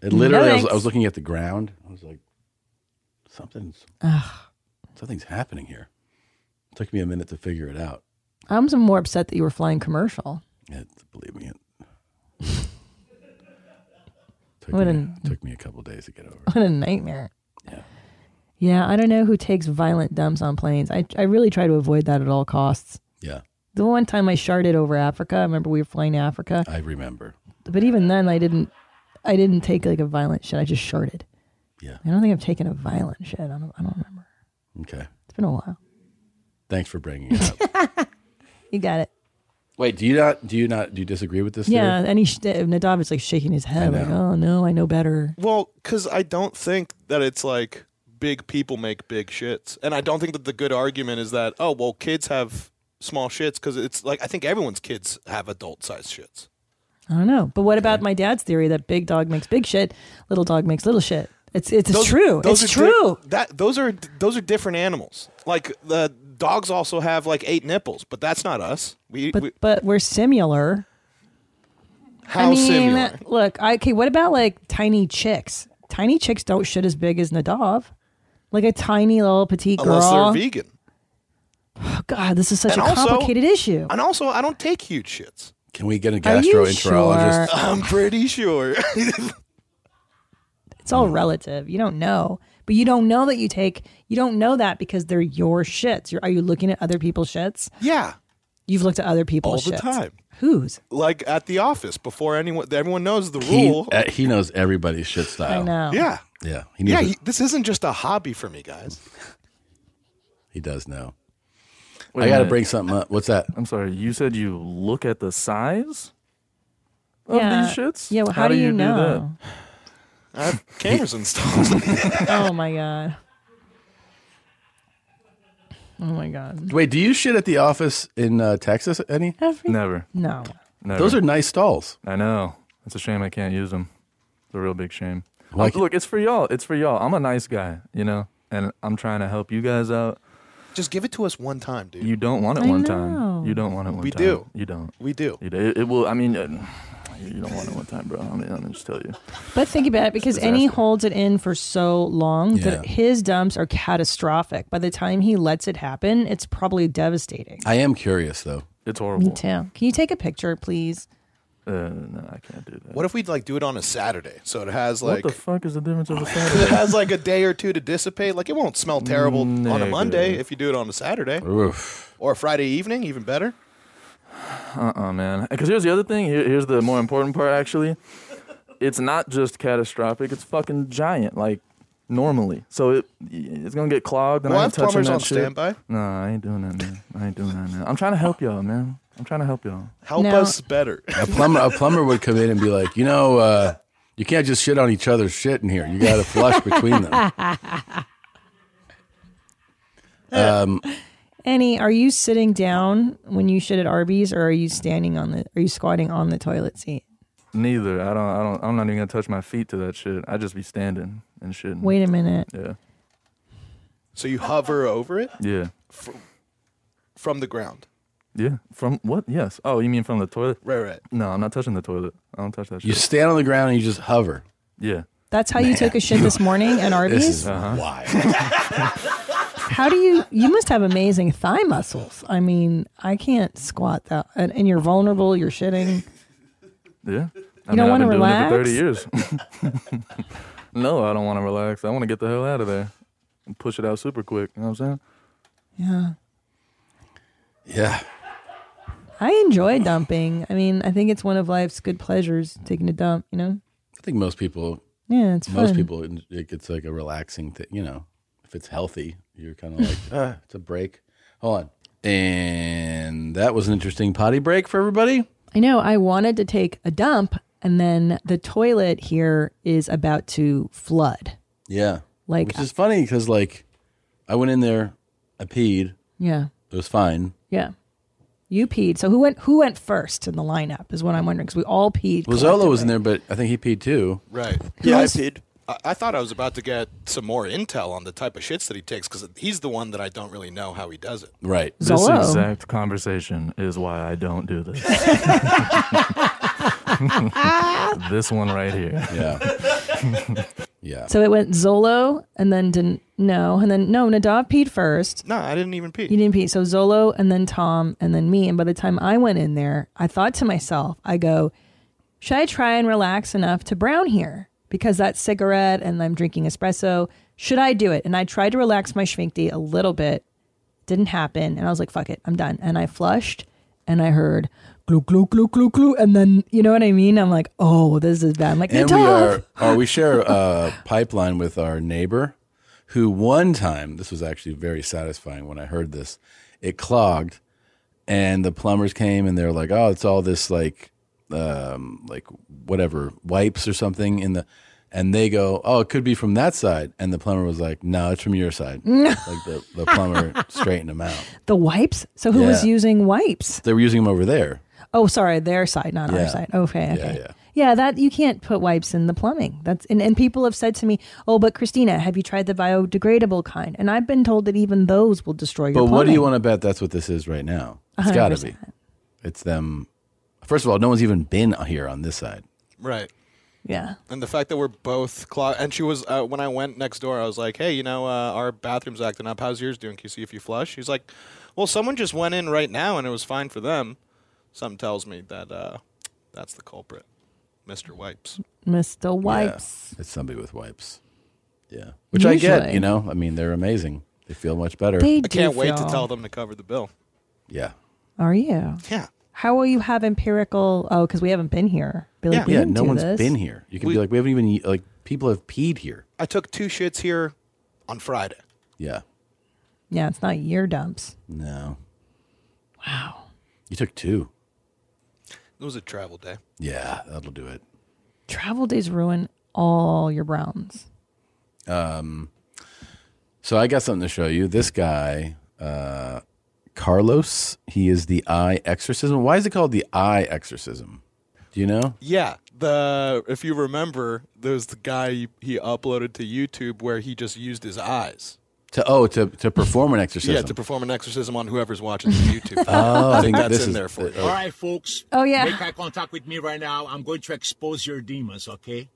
It
No
literally, I, was,
thanks.
I was looking at the ground. I was like, something's something's happening here. It took me a minute to figure it out.
I'm some more upset that you were flying commercial.
It, believe me, it took
What
me,
an-
took me a couple days to get over.
What a nightmare. Yeah. I don't know who takes violent dumps on planes. I I really try to avoid that at all costs.
Yeah.
The one time I sharded over Africa, I remember we were flying to Africa.
I remember.
But even then, I didn't. I didn't take like a violent shit. I just sharded.
Yeah.
I don't think I've taken a violent shit. I don't. I don't remember.
Okay,
It's been a while.
thanks for bringing it up.
You got it.
Wait, do you not? Do you not? Do you disagree with this?
Yeah,
theory?
and he sh- uh, Nadav is like shaking his head, like, "Oh no, I know better."
Well, because I don't think that it's like big people make big shits, and I don't think that the good argument is that oh well, kids have small shits because it's like I think everyone's kids have adult sized shits.
I don't know. But what about my dad's theory that big dog makes big shit, little dog makes little shit? It's it's
Those-
true.
those
it's
are di-
true.
that those are those are different animals. Like the dogs also have like eight nipples, but that's not us. We,
but
we
but we're similar.
How
I mean,
similar?
look, I, okay, what about like tiny chicks? Tiny chicks don't shit as big as Nadav. Like a tiny little petite girl.
Unless they're vegan.
Oh, God, this is such
And
a
also-
complicated issue.
And also, I don't take huge shits.
Can we get a
Are you
gastroenterologist? Um,
sure?
I'm pretty sure.
It's all relative. You don't know, but you don't know that you take. You don't know that because they're your shits. You're, are you looking at other people's shits?
Yeah,
you've looked at other people's
All the
shits.
time.
Whose?
like at the office before anyone, everyone knows the
He,
rule.
uh, he knows everybody's shit style.
know.
Yeah.
Yeah, he knows.
Yeah,
it.
he- this isn't just a hobby for me, guys.
He does know.
Wait
I
a
got to
minute.
bring something up. What's that?
I'm sorry. You said you look at the size of
Yeah.
these shits.
Yeah, well, how do you know?
that? I have
cameras installed.
oh my god. Oh my god.
Wait, do you shit at the office in uh, Texas any?
Every-
Never.
No.
Never.
Those are nice stalls.
I know. It's a shame I can't use them. It's a real big shame.
Like-
Um, look, it's for y'all. It's for y'all. I'm a nice guy, you know, and I'm trying to help you guys out.
Just give it to us one time, dude.
You don't want it
I
one
know.
time. You don't want it one
We
time.
do.
You don't.
We do.
You do. It, it will. I mean, uh, you don't want it one time, bro. I mean, I'm gonna just tell you.
But think about it because
Disaster.
any holds it in for so long that
Yeah.
his dumps are catastrophic. By the time he lets it happen, it's probably devastating.
I am curious though.
It's
Me too. Can you take a picture, please?
Uh, no, I can't do that.
What if we'd like do it on a Saturday? So it has
What
like
the fuck is the difference of a
it
Saturday?
has like a day or two to dissipate. Like it won't smell terrible on a
Nigga.
Monday if you do it on a Saturday
Oof.
or a Friday evening, even better.
Uh-uh, man. Because here's the other thing. Here, here's the more important part, actually. It's not just catastrophic. It's fucking giant, like normally. So it it's gonna get clogged. And
We'll
I
have
ain't touching
plumbers
that
on
shit.
standby.
No, I ain't doing that, man. I ain't doing that, man. I'm trying to help y'all, man. I'm trying to help y'all.
Help
Now-
us better.
A plumber, a plumber would come in and be like, you know, uh, you can't just shit on each other's shit in here. You got to flush between them. Um,
Annie, are you sitting down when you shit at Arby's, or are you standing on the? Are you squatting on the toilet seat?
Neither. I don't. I don't. I'm not even gonna touch my feet to that shit. I just be standing and shitting.
Wait a minute.
Yeah.
So you hover over it
Yeah.
from, from the ground.
Yeah. From what? Yes. Oh, you mean from the toilet?
Right. Right.
No, I'm not touching the toilet. I don't touch that shit.
you stand on the ground and you just hover.
Yeah.
That's how you took a shit this morning at Arby's.
This is
Uh-huh.
wild.
How do you? You must have amazing thigh muscles. I mean, I can't squat that, and, and you're vulnerable. You're shitting.
Yeah.
You don't
I've
wanna
been doing it for Thirty
relax?
years. no, I don't want to relax. I want to get the hell out of there and push it out super quick. You know what I'm saying?
Yeah,
Yeah.
I enjoy dumping. I mean, I think it's one of life's good pleasures, taking a dump. You know,
I think most people.
Yeah, it's
most
fun.
people. It, it's like a relaxing thing. You know, if it's healthy, you're kind of like, ah, it's a break. Hold on. And that was an interesting potty break for everybody.
I know. I wanted to take a dump, and then the toilet here is about to flood.
Yeah.
Like-
which is funny because like, I went in there, I peed.
Yeah.
It was fine.
Yeah. You peed. So who went? Who went first in the lineup? Is what I'm wondering because we all peed.
Lozolo was in there, but I think he peed too.
Right.
Who Yeah, I else- peed.
I, I thought I was about to get some more intel on the type of shits that he takes because he's the one that I don't really know how he does it.
Right.
This
Zolo.
exact conversation is why I don't do this. this one right here.
Yeah. yeah.
So it went Zolo, and then didn't no, and then no. Nadav peed first.
No, I didn't even pee.
You didn't pee. So Zolo, and then Tom, and then me. And by the time I went in there, I thought to myself, I go, should I try and relax enough to brown here? Because that cigarette and I'm drinking espresso. Should I do it? And I tried to relax my schmincty a little bit. Didn't happen. And I was like, fuck it, I'm done. And I flushed and I heard glue, glue, glue, glue, glue. And then, you know what I mean? I'm like, oh, this is bad. I'm like,
and we
Nadav.
are uh, we share a pipeline with our neighbor who one time this was actually very satisfying when i heard this it clogged and the plumbers came and they were like oh it's all this like um like whatever wipes or something in the and they go oh it could be from that side and the plumber was like no it's from your side like the, the plumber straightened them out
The wipes? So who was
Yeah.
using wipes?
they were using them over there
Oh, sorry, their side, not
Yeah.
our side. Okay,
Yeah,
okay.
yeah.
that you can't put wipes in the plumbing. That's and, and people have said to me, "Oh, but Christina, have you tried the biodegradable kind?" And I've been told that even those will destroy your
but
plumbing.
what do you want to bet that's what this is right now it's got to be
100%.
it's them First of all, no one's even been here on this side.
Right.
Yeah.
And the fact that we're both clogged, and she was uh, when I went next door, I was like, "Hey, you know, uh, our bathroom's acting up. How's yours doing? Can you see if you flush?" She's like, "Well, someone just went in right now, and it was fine for them." Something tells me that uh, that's the culprit, Mister Wipes.
Mr. Wipes.
Yeah, it's somebody with wipes. Yeah. Which I get,
Usually.
you know. I mean, they're amazing. They feel much better.
They
I can't
do
wait to
feel-
tell them to cover the bill.
Yeah.
Are you?
Yeah.
How will you have empirical? Oh, because we haven't been here. Be like, we
yeah,
didn't
no
do
one's
this.
been here. You can be like, we haven't even, like, people have peed here.
I took two shits here on Friday.
Yeah.
Yeah, it's not year dumps.
No. Wow. You took two.
It was a travel day.
Yeah, that'll do it.
Travel days ruin all your browns.
Um, so I got something to show you. This guy, uh, Carlos, he is the eye exorcism. Why is it called the eye exorcism? Do you know?
Yeah, the if you remember, there's the guy he uploaded to YouTube where he just used his eyes.
To oh, to to perform an exorcism.
Yeah, to perform an exorcism on whoever's watching the YouTube.
Oh, I think
that's
this
in
is-
there for you.
uh,
All right, folks.
Oh, yeah.
Make eye contact with me right now. I'm going to expose your demons, okay?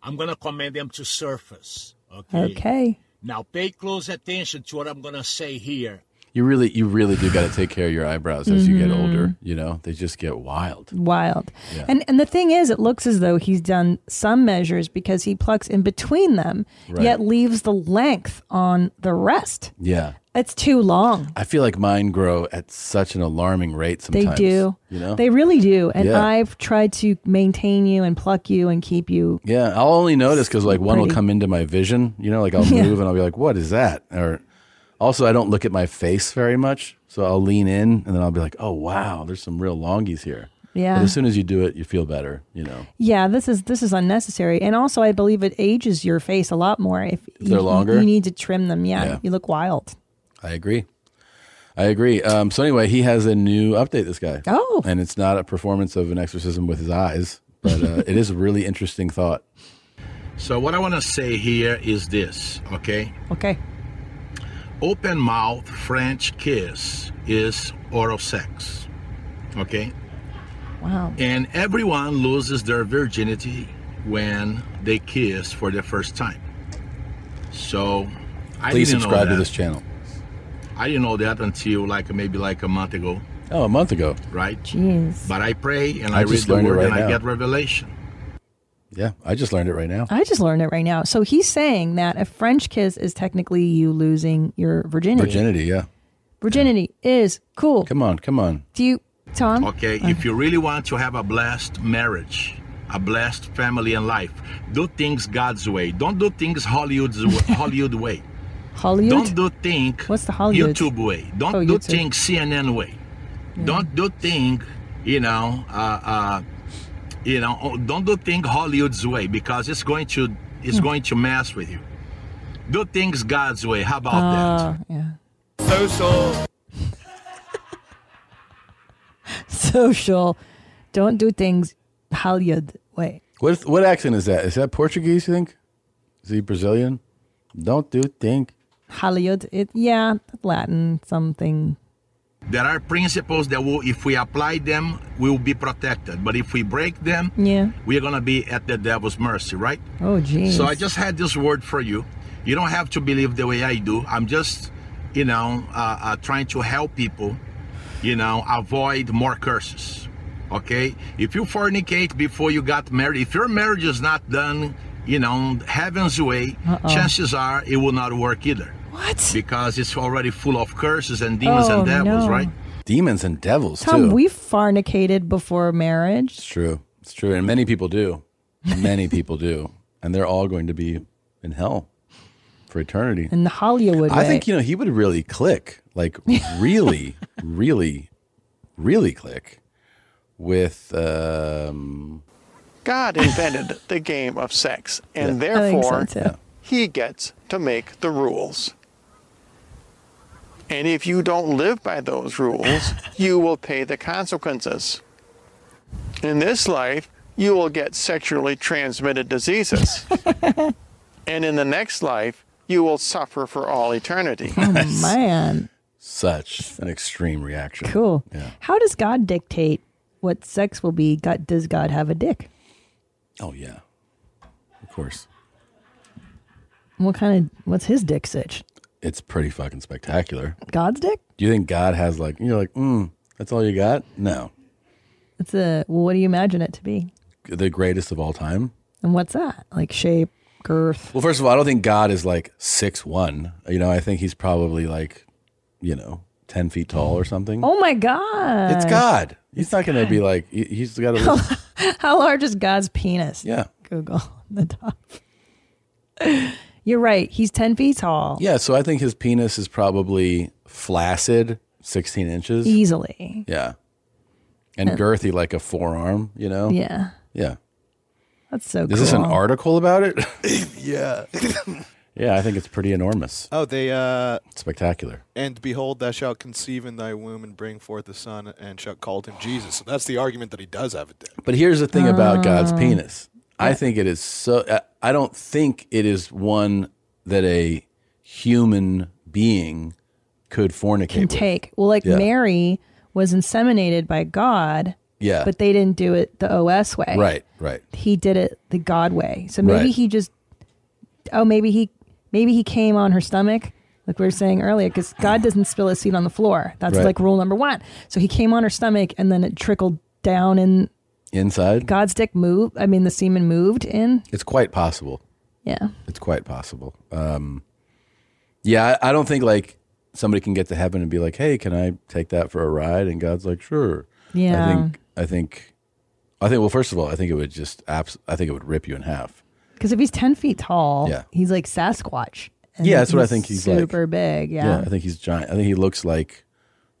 I'm going to command them to surface, okay?
Okay.
Now pay close attention to what I'm going to say here.
You really, you really do got to take care of your eyebrows as you get
Mhm.
older. You know, they just get wild.
Wild.
Yeah.
And and the thing is, it looks as though he's done some measures because he plucks in between them,
Right.
yet leaves the length on the rest.
Yeah,
It's too long.
I feel like mine grow at such an alarming rate. Sometimes
they do.
You know,
They really do. And
Yeah.
I've tried to maintain you and pluck you and keep you.
Yeah, I'll only notice because like one will
Pretty.
come into my vision. You know, like I'll
Yeah.
move and I'll be like, "What is that?" Or also, I don't look at my face very much, so I'll lean in and then I'll be like, "Oh wow, there's some real longies here."
Yeah.
But as soon as you do it, you feel better. You know,
Yeah, this is this is unnecessary. And also, I believe it ages your face a lot more if,
they're
you,
longer?
You need to trim them. Yeah,
Yeah.
you look wild.
I agree. I agree. Um, so anyway, he has a new update. This guy.
Oh.
And it's not a performance of an exorcism with his eyes, but uh, it is a really interesting thought.
So, what I want to say here is this, okay?
Okay.
Open mouth French kiss is oral sex, okay?
Wow.
And everyone loses their virginity when they kiss for the first time. So, I
Please
didn't
subscribe
know that.
to this channel.
I didn't know that until like maybe like a month ago,
Oh, a month ago.
right?
Jeez.
But I pray and I,
I
read
just
the
learned it
word
right
and
now.
I get revelation.
Yeah, I just learned it right now.
I just learned it right now. So he's saying that a French kiss is technically you losing your virginity.
Virginity. Yeah.
Virginity is cool.
Come on. Come on.
Do you, Tom?
Okay, if you really want to have a blessed marriage, a blessed family and life, do things God's way. Don't do things Hollywood's Hollywood way.
Hollywood.
Don't do things
What's the Hollywood?
YouTube way. Don't
Oh,
do
YouTube.
things CNN way. Don't do things, you know, uh, uh, you know, oh, don't do things Hollywood's way because it's going to it's
Hmm.
going to mess with you. Do things God's way. How about that?
Ah, yeah.
Social.
Social. Don't do things Hollywood way.
What what accent is that? Is that Portuguese? You think? Is he Brazilian? Don't do think.
Hollywood. It, yeah, Latin something.
There are principles that will, if we apply them, we will be protected. But if we break them,
Yeah.
we are going to be at the devil's mercy, right?
Oh, jeez.
So I just had this word for you. You don't have to believe the way I do. I'm just, you know, uh, uh, trying to help people, you know, avoid more curses. Okay? If you fornicate before you got married, if your marriage is not done, you know, heaven's way,
Uh-oh.
chances are it will not work either.
What?
Because it's already full of curses and demons
Oh,
and devils,
no.
right?
Demons and devils
Tom,
too.
we fornicated before marriage.
it's true. It's true, and many people do. Many people do, and they're all going to be in hell for eternity.
In the Hollywood
I
way.
think you know he would really click, like really, really, really click with. Um,
God invented the game of sex, and
Yeah. I think so,
therefore,
too.
he gets to make the rules. And if you don't live by those rules, you will pay the consequences. In this life, you will get sexually transmitted diseases. and in the next life, you will suffer for all eternity.
oh, man.
such an extreme reaction.
Cool. How does God dictate what sex will be. God, does God have a dick?
Oh yeah, of course.
What kind of what's his dick sitch?
It's pretty fucking spectacular.
God's dick?
Do you think God has like you're like, mm, that's all you got? No,
It's a well, what do you imagine it to be?
the greatest of all time.
And what's that? Like shape, girth.
Well, first of all, I don't think God is like six one. You know, I think he's probably like, you know, ten feet tall or something.
Oh my god.
It's God. He's not going to be like he- he's got to.
How large is God's penis?
Yeah.
Google the top. You're right. He's ten feet tall.
Yeah, so I think his penis is probably flaccid, sixteen inches
Easily.
Yeah, and
And-
girthy like a forearm. You know.
Yeah.
Yeah.
That's so
is this an
cool.
article about it?
yeah.
yeah, I think it's pretty enormous,
oh, they uh
spectacular.
and behold, thou shalt conceive in thy womb and bring forth a son, and shalt call him Jesus. So that's the argument that he does have a dick.
But here's the thing
Ah.
about God's
Oh.
penis. I think it is so. I- I don't think it is one that a human being could fornicate.
Can
with.
take. Well, like
Yeah.
Mary was inseminated by God.
Yeah.
But they didn't do it the OS way.
Right. Right.
He did it the God way. So maybe
Right.
he just oh maybe he maybe he came on her stomach. Like we were saying earlier, because God doesn't spill his seed on the floor. That's
Right.
like rule number one. So he came on her stomach and then it trickled down and
Inside,
God's dick moved. I mean, the semen moved in.
it's quite possible.
Yeah.
It's quite possible. Um, yeah, I, I don't think like somebody can get to heaven and be like, "Hey, can I take that for a ride?" And God's like, "Sure."
Yeah.
I think. I think. I think. Well, first of all, I think it would just. Abs- I think it would rip you in half.
Because if he's 10 feet tall,
Yeah.
he's like Sasquatch.
yeah, that's what I think he's
super
like.
Super big. Yeah.
I think he's giant. I think he looks like,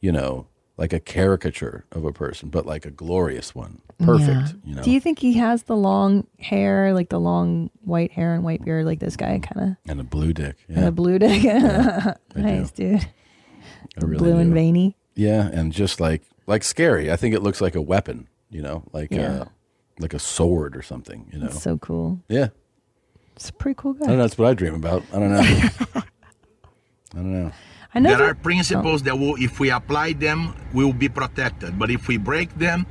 you know, like a caricature of a person, but like a glorious one. Perfect. You know.
Do you think he has the long hair, like the long white hair and white beard, like this guy kind of,
and a blue dick. Yeah.
and a blue dick?
Yeah, I
nice, dude.
I really
blue and
do.
veiny.
Yeah, and just like like scary. I think it looks like a weapon. You know, like
Yeah.
a like a sword or something. You know.
That's so cool.
Yeah.
It's a pretty cool guy.
I don't know. That's what I dream about. I don't know. I don't know.
I never-
there are principles that will, if we apply them, we will be protected. But if we break them,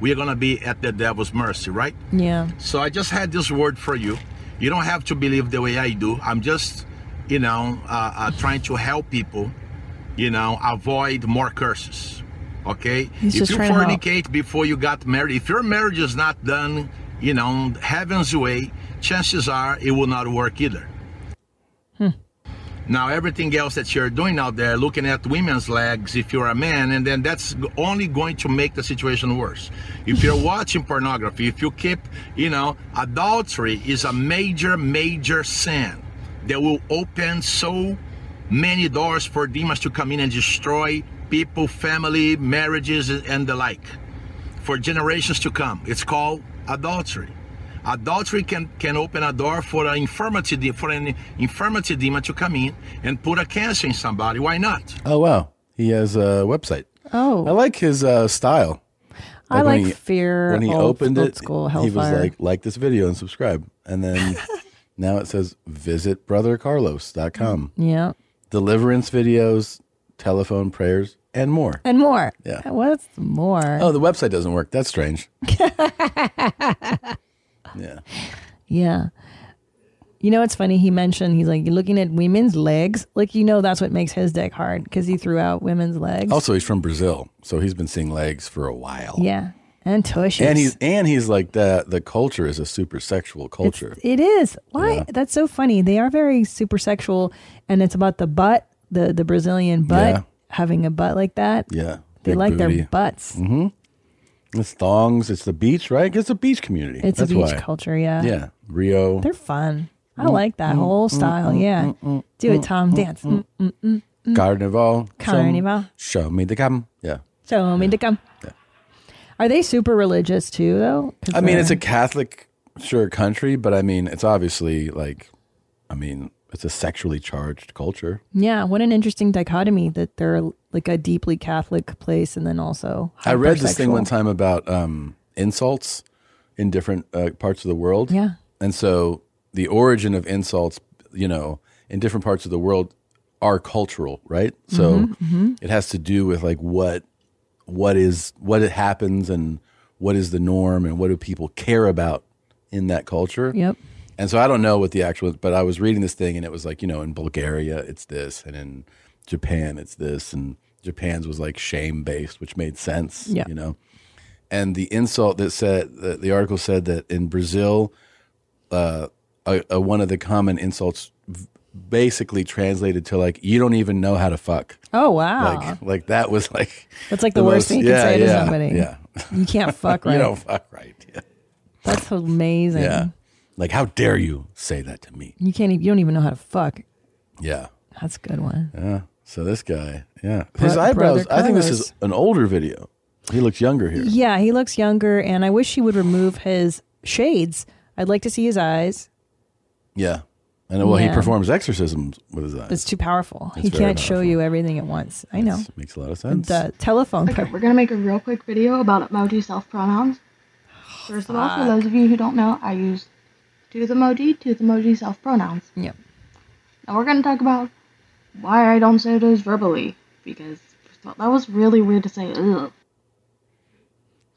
we are going to be at the devil's mercy, right?
Yeah.
So I just had this word for you. You don't have to believe the way I do. I'm just, you know, uh, uh, trying to help people, you know, avoid more curses. Okay?
He's
if
just
you
trying to help.
fornicate before you got married, if your marriage is not done, you know, heaven's way, chances are it will not work either. Now, everything else that you're doing out there, looking at women's legs if you're a man, and then that's g- only going to make the situation worse. If you're watching pornography, if you keep, you know, adultery is a major, major sin that will open so many doors for demons to come in and destroy people, family, marriages, and the like for generations to come. It's called adultery. Adultery can, can open a door for an infirmity de- for an infirmity demon to come in and put a cancer in somebody. Why not?
Oh wow, he has a website.
Oh.
I like his uh, style.
I
when
like Fear,
When he
old-
opened
old
it,
school
he was
Hellfire.
like, "Like this video and subscribe." And then now it says, "Visit brothercarlos.com."
Yeah.
Deliverance videos, telephone prayers, and more.
And more.
Yeah.
What's more?
Oh, the website doesn't work. That's strange.
Yeah. You know, it's funny. He mentioned he's like looking at women's legs. Like, you know, that's what makes his dick hard because he threw out women's legs.
Also, he's from Brazil, so he's been seeing legs for a while.
yeah. And tushes.
And he's and he's like the the culture is a super sexual culture.
It is. Why? That's so funny. They are very super sexual, and it's about the butt, the the Brazilian butt,
Yeah.
having a butt like that.
yeah.
They
big
like
booty.
their butts.
hmm It's thongs. It's the beach, right? 'Cause It's a beach community.
It's
That's
a beach
why.
culture. Yeah.
Yeah. Rio.
They're fun. I
Mm,
like that
mm,
whole
mm,
style.
mm,
yeah.
mm, mm,
Do it,
mm,
Tom.
mm,
Dance.
mm.
Mm, mm, mm, mm.
Carnival. Show-
Carnival.
Show, me the gum. Yeah.
Show me to come. Are they super religious too, though? 'Cause
I mean, it's a
they're-
Catholic, sure, country, but I mean, it's obviously like, I mean, it's a sexually charged culture.
uh, yeah. What an interesting dichotomy that they're like a deeply Catholic place, and then also
I read this thing
hypersexual.
one time about um, insults in different uh, parts of the world.
Yeah.
And so the origin of insults, you know, in different parts of the world are cultural, right? So
Mhm, mhm.
it has to do with like what what is what it happens and what is the norm and what do people care about in that culture.
Yep.
And so I don't know what the actual, but I was reading this thing and it was like, you know, in Bulgaria, it's this, and in Japan, it's this. And Japan's was like shame based, which made sense,
Yeah.
you know. And the insult that said, the, the article said that in Brazil, uh, a, a, one of the common insults v- basically translated to like, you don't even know how to fuck.
Oh wow.
Like, like that was like,
That's like the, worst
most-
thing you
yeah,
can say to
yeah,
somebody.
Yeah.
You can't fuck right.
you don't fuck right.
That's amazing.
Yeah. Like, how dare you say that to me?
You can't even, you don't even know how to fuck.
Yeah.
That's a good one.
Yeah. So this guy, yeah,
Bro-
his eyebrows.
brother
I think this
Carlos.
is an older video. He looks younger here.
Yeah, he looks younger and I wish he would remove his shades. I'd like to see his eyes.
Yeah, and well,
Yeah.
he performs exorcisms with his eyes.
It's too powerful.
It's
he
very
can't show you everything at once. I know.
Makes a lot of sense.
The telephone.
Okay, we're gonna make a real quick video about emoji self pronouns. First of all, for those of you who don't know, I use to the emoji, to the emoji self pronouns.
Yep.
Now we're gonna talk about why I don't say those verbally because first of all, that was really weird to say. Ugh.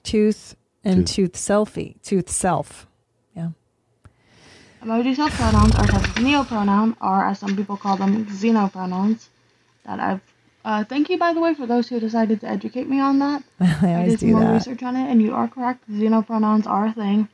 tooth and tooth selfie. Tooth self.
Emoji self pronouns are called neopronoun, or as some people call them, xenopronouns. That I've uh, thank you, by the way, for those who decided to educate me on that.
I
I
always
did some
do
more
that.
research on it, and you are correct. Xenopronouns are a thing.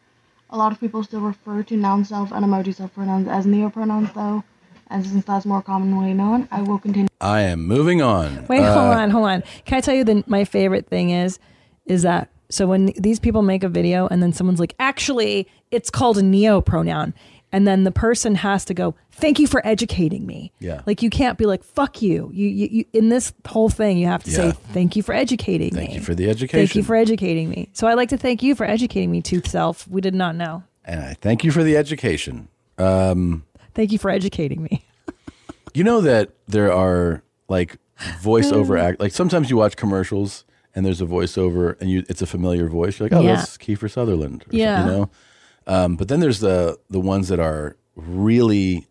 A lot of people still refer to noun self and emoji self pronouns as neopronouns, though, and since that's more commonly known, I will continue.
I am moving on.
Wait,
Uh,
hold on, hold on. Can I tell you the my favorite thing is is that so when these people make a video and then someone's like, actually, it's called a neo pronoun, and then the person has to go, thank you for educating me.
Yeah.
Like you can't be like, fuck you. You you, you in this whole thing, you have to
Yeah.
say, thank you for educating me.
Thank you for the
Thank you
education.
for educating me. So I'd like to thank you for educating me, Tooth Self. We did not know.
and I thank you for the education. Um,
Thank you for educating me.
you know that there are like voiceover
Hmm.
act. Like sometimes you watch commercials and there's a voiceover and you it's a familiar voice. You're like, oh,
Yeah.
that's Kiefer Sutherland. or
Yeah.
You know? Um, but then there's the the ones that are really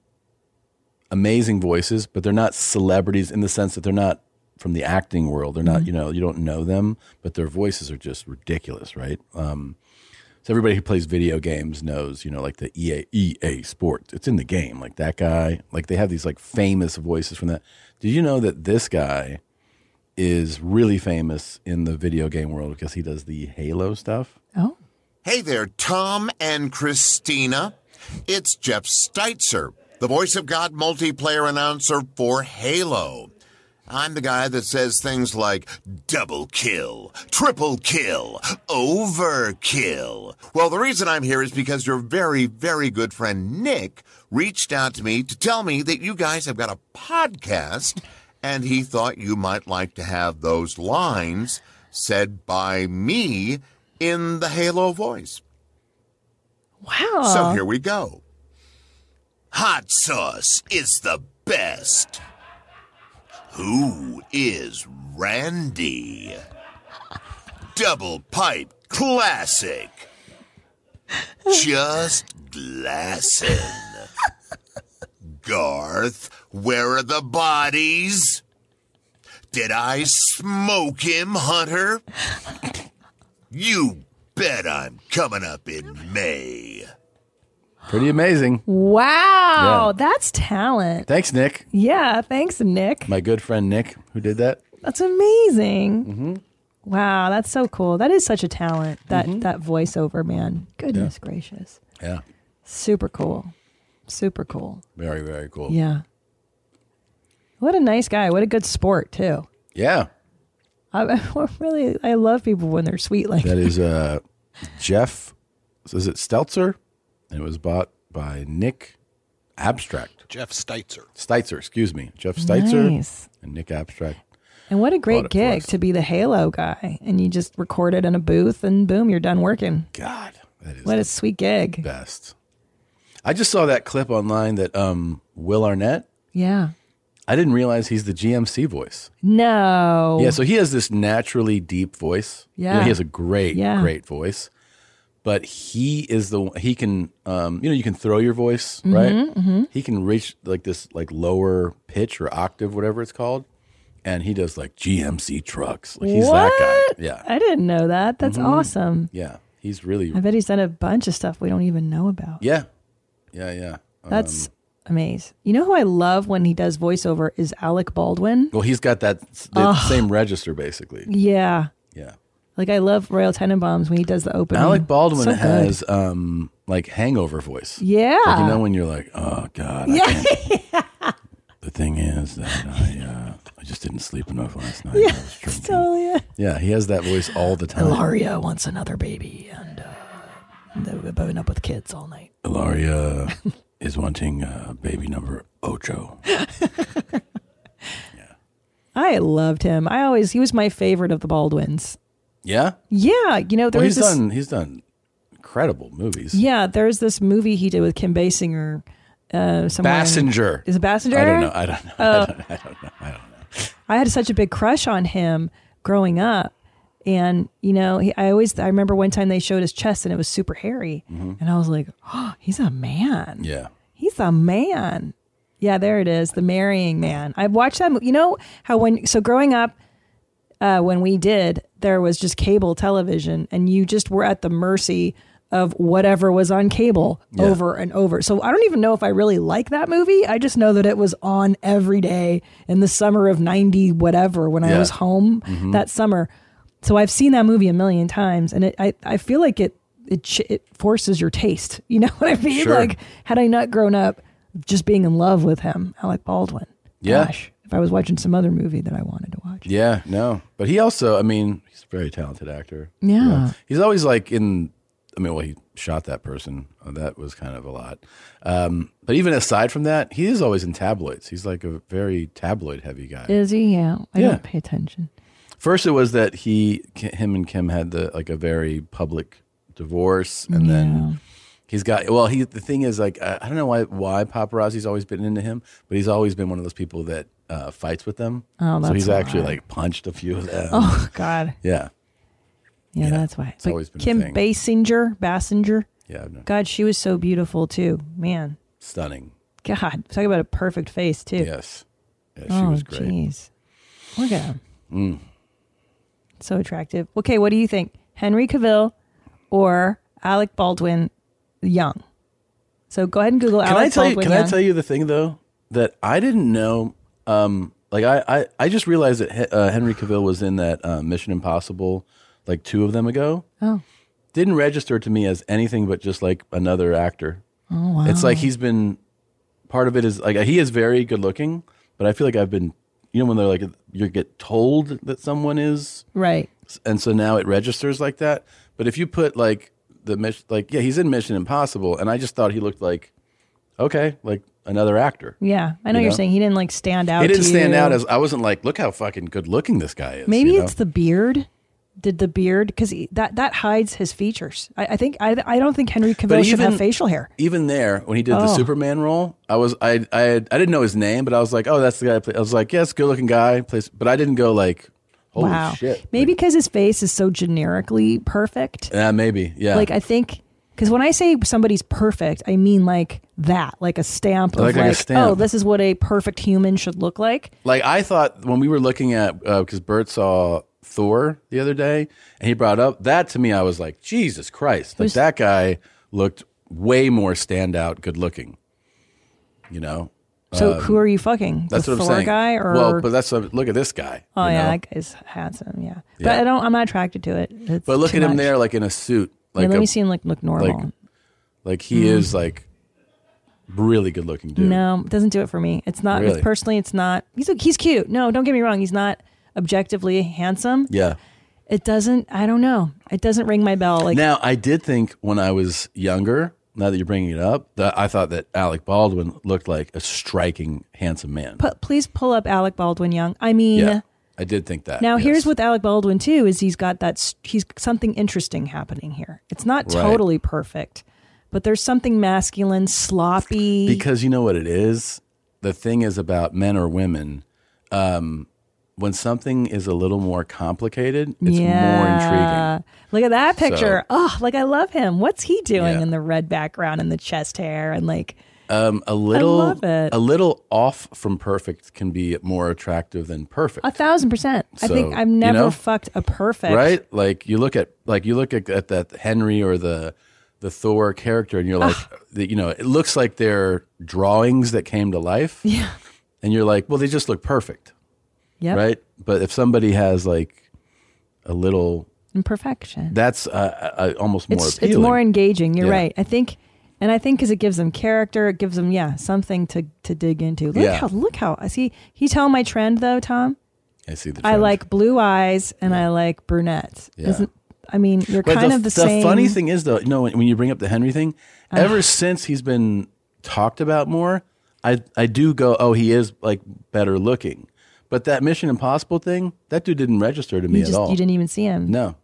amazing voices, but they're not celebrities in the sense that they're not from the acting world. They're not,
Mhm.
you know, you don't know them, but their voices are just ridiculous, right? Um, so everybody who plays video games knows, you know, like the E EA EA Sports. It's in the game, like that guy. Like they have these like famous voices from that. Did you know that this guy is really famous in the video game world because he does the Halo stuff?
Hey there, Tom and Christina. It's Jeff Steitzer, the voice of God multiplayer announcer for Halo. I'm the guy that says things like double kill, triple kill, overkill. Well, the reason I'm here is because your very, very good friend Nick reached out to me to tell me that you guys have got a podcast and he thought you might like to have those lines said by me in the Halo voice.
Wow.
So here we go. Hot sauce is the best. Who is Randy? Double pipe classic. Just glassin'. Garth, where are the bodies? Did I smoke him, Hunter? You bet I'm coming up in May.
Pretty amazing.
Wow.
Yeah.
That's talent.
Thanks, Nick.
Yeah. Thanks, Nick.
My good friend Nick, who did that.
That's amazing.
Mm-hmm.
Wow, that's so cool. That is such a talent. That that voiceover man. Goodness gracious.
Mm-hmm. Yeah.
Super cool. Super cool.
Very, very cool.
Yeah. What a nice guy. What a good sport too.
Yeah.
I, I really I love people when they're sweet like
That is uh, Jeff. Is it Stelzer? And it was bought by Nick Abstract.
Jeff Steitzer.
Steitzer, excuse me. Jeff Steitzer
Nice.
and Nick Abstract.
And what a
Bought
great
it for
gig to be the Halo guy and you just record it in a booth and boom, you're done working.
God.
what a sweet gig.
Best. I just saw that clip online that um, Will Arnett.
Yeah.
I didn't realize he's the GMC voice.
No.
Yeah, so he has this naturally deep voice. You know,
Oh. Yeah.
he has a great,
Yeah.
great voice. But he is the he can um, you know you can throw your voice
Mm-hmm,
right.
Mhm, mhm.
He can reach like this like lower pitch or octave whatever it's called, and he does like GMC trucks. Like he's that
What?
guy. Yeah,
I didn't know that. That's
Mhm.
awesome.
yeah. He's really
I bet he's done a bunch of stuff we don't even know about.
yeah, yeah, yeah.
That's
Um,
amazing. You know who I love when he does voiceover is Alec Baldwin.
well, he's got that s- the
Ugh.
same register basically.
Yeah.
Yeah.
Like I love Royal Tenenbaums when he does the opening.
Alec Baldwin
So good.
has um like hangover voice.
Yeah.
Like, you know when you're like, oh god. I
Yeah.
can't." the thing is that I uh, I just didn't sleep enough last night.
yeah. it's Totally. it.
Yeah, he has that voice all the time.
Ilaria wants another baby, and uh, they've been up with kids all night.
Ilaria is wanting uh, baby number Ocho.
I loved him. I always he was my favorite of the Baldwins.
Yeah.
Yeah, you know there
Well,
was
he's
this,
done. He's done incredible movies.
Yeah, there's this movie he did with Kim Basinger. Uh, somewhere in-
Bassinger.
is it Bassinger?
I don't know. I don't know.
Oh.
I don't know. I don't know. I don't know.
I had such a big crush on him growing up. And, you know, he, I always, I remember one time they showed his chest and it was super hairy.
Mhm.
And I was like, oh, he's a man.
Yeah.
He's a man. Yeah, there it is. The marrying man. I've watched that. mo- You know how when, so growing up, uh, when we did, there was just cable television and you just were at the mercy of whatever was on cable
Yeah.
over and over. So I don't even know if I really like that movie. I just know that it was on every day in the summer of 90, whatever, when I
Yeah.
was home
Mhm.
that summer. So I've seen that movie a million times and it, I, I feel like it, it, ch- it forces your taste. You know what I mean?
Sure.
Like had I not grown up just being in love with him, Alec Baldwin,
Yeah.
gosh, if I was watching some other movie that I wanted to watch.
Yeah, no. But he also, I mean, he's a very talented actor.
Yeah.
He's always like in, I mean, well, he shot that person. Uh, That was kind of a lot. Um, but even aside from that, he is always in tabloids. He's like a very tabloid heavy guy.
Is he? Yeah. I
Yeah.
don't pay attention.
First, it was that he, K- him and Kim had the, like a very public divorce. And then he's got, well, he, the thing is like, I, I don't know why, why paparazzi's always been into him, but he's always been one of those people that uh, fights with them.
Oh,
so
that's
he's
a
actually
lot.
like punched a few of them.
Oh, God.
Yeah.
Yeah, that's why.
It's
But
always been a
Kim
thing.
Basinger, Bassinger.
Yeah, I've known-
God, she was so beautiful too. Man,
Stunning.
God, talk about a perfect face too.
Yes. Yeah, she
oh,
was great.
Jeez, look at him,
Mm.
so attractive. Okay, what do you think, Henry Cavill or Alec Baldwin, young? So go ahead and Google
Can
Alec
I tell you?
Baldwin.
Can
young.
I tell you the thing though that I didn't know? Um, like I, I, I just realized that He- uh, Henry Cavill was in that uh, Mission Impossible, like two of them ago.
Oh,
Didn't register to me as anything but just like another actor.
oh wow.
It's like he's been part of it is like he is very good looking, but I feel like I've been you know when they're like you get told that someone is
right.
and so now it registers like that. But if you put like the mission, like yeah, he's in Mission Impossible, and I just thought he looked like okay, like another actor.
Yeah, I know
You
you are
know?
saying he didn't like stand out.
He didn't
to
stand
you.
out as I wasn't like, look how fucking good looking this guy is.
Maybe
you know?
it's the beard. Did the beard because that that hides his features? I, I think I I don't think Henry Cavill should have
even-
facial hair.
even there when he did the
Oh.
Superman role. I was I I had, I didn't know his name, but I was like, oh, that's the guy. I, play. I was like, yes, good looking guy. Plays, but I didn't go like, holy
wow,
shit.
maybe because his face is so generically perfect.
Yeah, maybe. Yeah,
Like I think because when I say somebody's perfect, I mean like that, like a stamp of
Like-
like,
like a stamp.
oh, this is what a perfect human should look like.
Like I thought when we were looking at because Bert saw Thor the other day and he brought up that to me, I was like, Jesus Christ! Like
Who's-
that guy looked way more standout, good looking. You know.
So
Um,
who are you fucking?
That's
the
what
Thor
I'm saying.
guy or
well, but that's what, look at this guy.
oh
you
yeah,
know?
that guy's handsome. Yeah, but
Yeah.
I don't. I'm not attracted to it. It's
but look
too
at him
much.
there, like in a suit.
Yeah,
Like
let
a-
me see him, like, look normal.
Like, like he
Mm.
is like really good looking dude.
No, it doesn't do it for me. It's not
Really?
personally. It's not. He's he's cute. No, don't get me wrong. He's not objectively handsome.
Yeah.
It doesn't. I don't know. It doesn't ring my bell. Like
now, I did think when I was younger, now that you're bringing it up, that I thought that Alec Baldwin looked like a striking, handsome man.
pu- please pull up Alec Baldwin Young. I mean,
yeah, I did think that.
now
yes.
here's with Alec Baldwin too is he's got that s- he's something interesting happening here. It's not
Right.
totally perfect, but there's something masculine, sloppy.
because you know what it is. The thing is about men or women. Um, when something is a little more complicated, it's more intriguing.
Look at that
So-
picture. oh, like I love him. What's he doing
Yeah.
in the red background and the chest hair and like
Um, a little,
love it.
a little off from perfect can be more attractive than perfect.
A thousand percent. I think
So,
I've
you
never
know?
fucked a perfect.
Right? Like you look at like you look at, at that Henry or the the Thor character, and you're like, the, you know, it looks like they're drawings that came to life. Yeah. And you're like, well, they just look perfect,
Yep.
right? But if somebody has like a little,
Imperfection.
that's uh, uh, almost more
it's
appealing.
it's more engaging. You're
Yeah.
right. I think, and I think because it gives them character, it gives them yeah something to to dig into. Look
Yeah.
how look how I see. He tell my trend though, Tom.
I see the.
I like blue eyes and I like brunettes.
Yeah.
Isn't I mean you're
But
kind of the, same.
funny thing is, though, no, when, when you bring up the Henry thing,
Ah.
ever since he's been talked about more, I I do go, oh, he is like better looking. But that Mission Impossible thing, that dude didn't register to me
you
at all.
you didn't even see him
No,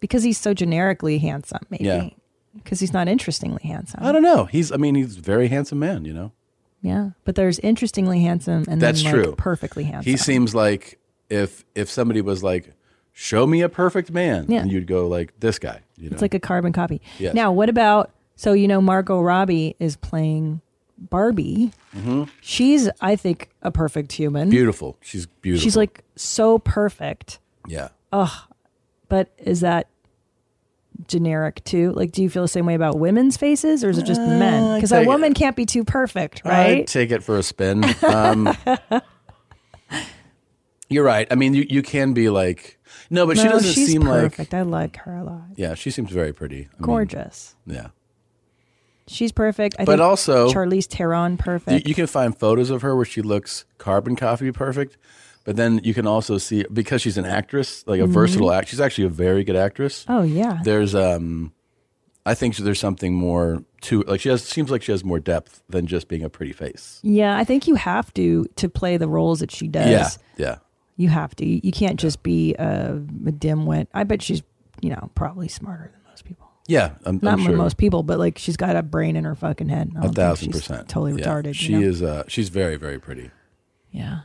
because he's so generically handsome. Maybe
Yeah.
because he's not interestingly handsome.
I don't know. He's, I mean, he's a very handsome man. You know,
Yeah, but there's interestingly handsome and
that's
then, like,
true.
perfectly handsome.
He seems like if if somebody was like, show me a perfect man,
Yeah.
and you'd go like this guy. You know,
It's like a carbon copy.
Yes.
Now, what about so you know Margot Robbie is playing Barbie.
Mhm.
She's I think a perfect human.
beautiful. She's beautiful.
She's like so perfect.
yeah.
Ugh. But is that generic too? Like, do you feel the same way about women's faces, or is it just men?
Uh, I'd
Because a
take-
woman can't be too perfect, right?
I'd take it for a spin. Um, you're right. I mean, you, you can be like, no, but she
No,
doesn't
she's
seem like.
perfect. I like her a lot.
Yeah, she seems very pretty. I mean,
Gorgeous.
yeah.
she's perfect. I
But
think
also-
Charlize Theron,
You,
perfect.
you can find photos of her where she looks carbon copy perfect, but then you can also see because she's an actress, like a
Mhm.
versatile act. She's actually a very good actress.
oh yeah.
There's um, I think there's something more to like she has seems like she has more depth than just being a pretty face.
Yeah, I think you have to to play the roles that she does.
Yeah, yeah.
You have to. You you can't just be a, a dimwit. I bet she's, you know, probably smarter than most people.
Yeah, I'm,
Not
I'm sure.
most people, but like she's got a brain in her fucking head. and Oh, I
a
don't think
thousand
she's
percent.
Totally
Yeah.
retarded.
She is. Uh, she's very, very pretty.
Yeah.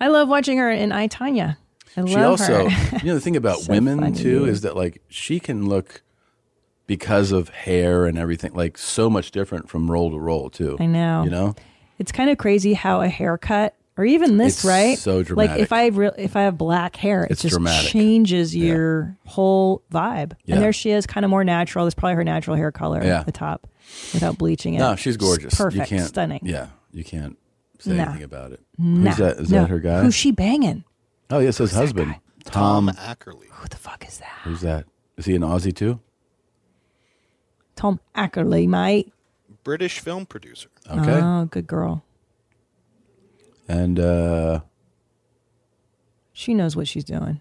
I love watching her in I Tanya. I love
she also,
her.
you know, the thing about
So
women
funny.
too is that like she can look because of hair and everything like so much different from role to role too.
I know.
You know,
it's kind of crazy how a haircut or even this,
It's
right?
so
Like if
dramatic.
I re- if I have black hair, it
It's
just
dramatic.
changes your whole vibe.
Yeah.
And there she is, kind of more natural. That's probably her natural hair color
Yeah.
at the top, without bleaching it.
no, she's gorgeous.
perfect,
you can't,
stunning.
Yeah, you can't say
Nah.
anything about it.
Nah.
Who's that? Is
No.
that her guy?
Who's she banging?
oh, yes, his husband, Tom.
Ackerley.
Who the fuck is that?
Who's that? Is he an Aussie too?
Tom Ackerley, mate.
British film producer.
Okay.
Oh, good girl.
And uh,
She knows what she's doing.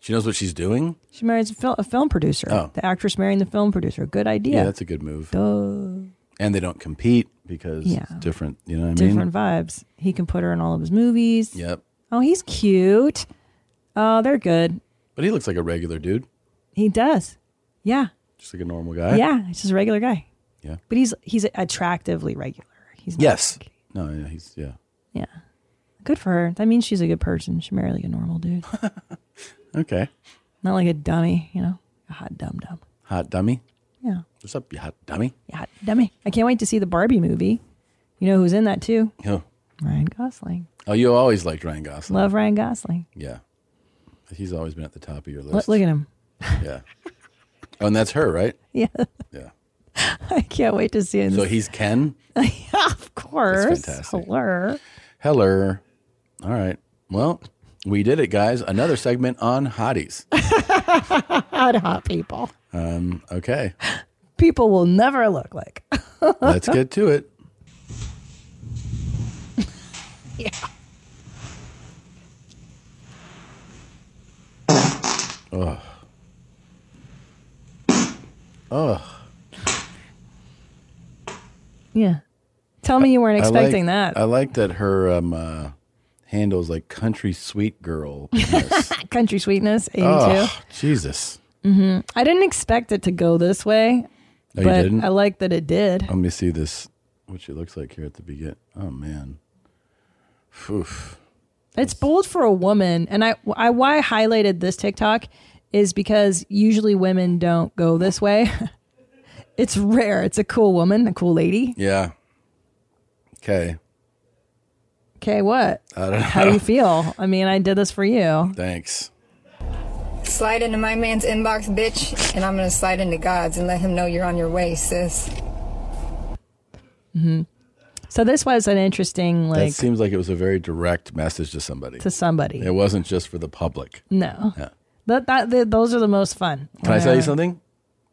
she knows what she's doing.
She marries a, fil- a film producer.
Oh.
The actress marrying the film producer. Good idea.
Yeah, that's a good move.
Duh.
And they don't compete because
Yeah.
it's different. You know what I mean?
Different vibes. He can put her in all of his movies.
Yep.
Oh, he's cute. Oh, they're good.
But he looks like a regular dude,
He does. Yeah.
just like a normal guy.
Yeah. He's just a regular guy.
Yeah.
But he's he's attractively regular. He's not-
Yes. No, yeah, he's yeah.
Yeah. Good for her. That means she's a good person. She married like a normal dude.
Okay.
not like a dummy, you know? A hot dumb dumb.
Hot dummy.
Yeah.
What's up, you hot dummy?
Yeah, hot dummy. I can't wait to see the Barbie movie. You know who's in that too?
Oh,
Ryan Gosling.
oh you always liked Ryan Gosling.
Love Ryan Gosling.
Yeah. He's always been at the top of your
Look,
list.
look at him.
Yeah. Oh, and that's her, right?
Yeah.
Yeah.
I can't wait to see him.
So he's Ken
of course.
fantastic.
Hello.
Heller. All right. Well, we did it, guys. Another segment on hotties.
Hot hot people.
Um, okay.
People will never look like.
Let's get to it.
Yeah.
Ugh. Ugh.
Yeah. Tell me you weren't expecting
I like,
that.
I like that her um, uh, handles like country sweet girl.
Country sweetness, 82.
Oh, Jesus.
hmm I didn't expect it to go this way,
No, you
but
didn't?
I like that it did.
Let me see this, what she looks like here at the beginning. Oh, man. Oof.
It's bold for a woman, and I, I why I highlighted this TikTok is because usually women don't go this way. it's rare. It's a cool woman, a cool lady,
Yeah. Okay.
Okay, what?
I don't know.
How do you feel? I mean, I did this for you.
Thanks.
Slide into my man's inbox, bitch, and I'm gonna slide into God's and let him know you're on your way, sis.
hmm So this was an interesting,
that
like,
seems like it was a very direct message to somebody.
To somebody.
It wasn't just for the public.
no.
Yeah.
That, that, th those are the most fun.
Can I tell you
Uh,
something?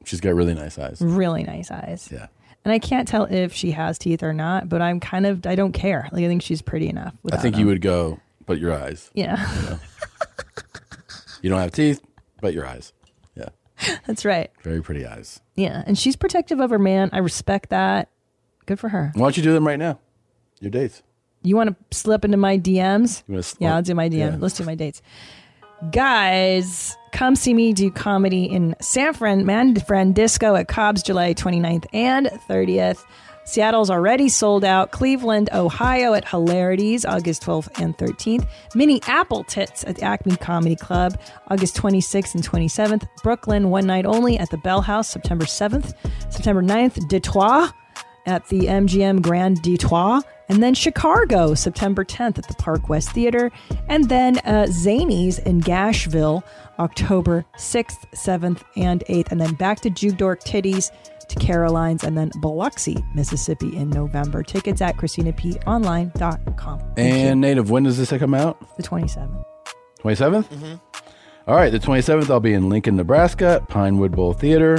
She's got really nice eyes.
Really nice eyes.
Yeah.
And I can't tell if she has teeth or not, but I'm kind of I don't care. Like I think she's pretty enough.
I
without
think you
them.
would go, but your eyes.
Yeah.
You, know? You don't have teeth, but your eyes. Yeah.
That's right.
Very pretty eyes.
Yeah, and she's protective of her man. I respect that. Good for her.
Why don't you do them right now? Your dates.
You want to slip into my DMs?
You wanna sl-
yeah, I'll do my DM.
yeah.
Let's do my dates. Guys, come see me do comedy in San Fran, Man Fran Disco at Cobb's July 29th and 30th. Seattle's already sold out. Cleveland, Ohio at Hilarities, August 12th and 13th. Mini Apple Tits at the Acme Comedy Club, August 26th and 27th. Brooklyn, one night only at the Bell House, September 7th. September 9th, Detroit at the MGM Grand Detroit, and then Chicago, September 10th at the Park West Theater, and then uh, Zanies in Gashville, October 6th, 7th, and 8th, and then back to Juke Dork Titties to Caroline's, and then Biloxi, Mississippi in November. Tickets at ChristinaPOnline.com.
And Native, when does this come out?
The 27th.
27th?
Mhm.
Mm-hmm. All right, the 27th, I'll be in Lincoln, Nebraska, Pinewood Bowl Theater.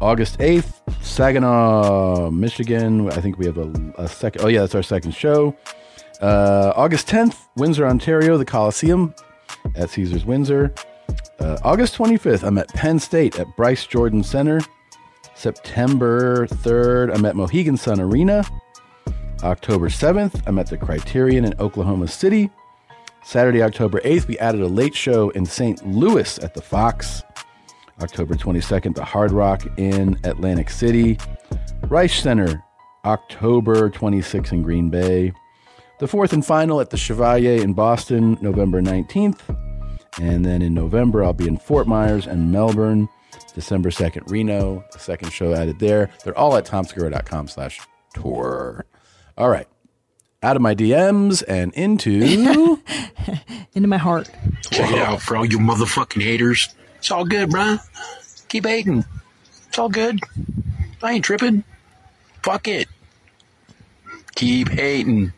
August 8th, Saginaw, Michigan. I think we have a, a second. Oh, yeah, that's our second show. Uh, August 10th, Windsor, Ontario, the Coliseum at Caesars Windsor. Uh, August 25th, I'm at Penn State at Bryce Jordan Center. September 3rd, I'm at Mohegan Sun Arena. October 7th, I'm at the Criterion in Oklahoma City. Saturday, October 8th, we added a late show in St. Louis at the Fox. October 22nd, the Hard Rock in Atlantic City. Reich Center, October 26th in Green Bay. The fourth and final at the Chevalier in Boston, November 19th. And then in November, I'll be in Fort Myers and Melbourne. December 2nd, Reno. The second show added there. They're all at tomscuro.com slash tour. All right. Out of my DMs and into...
Into my heart.
Check it out for all you motherfucking haters. It's all good, bruh. Keep hating. It's all good. I ain't tripping. Fuck it. Keep hating.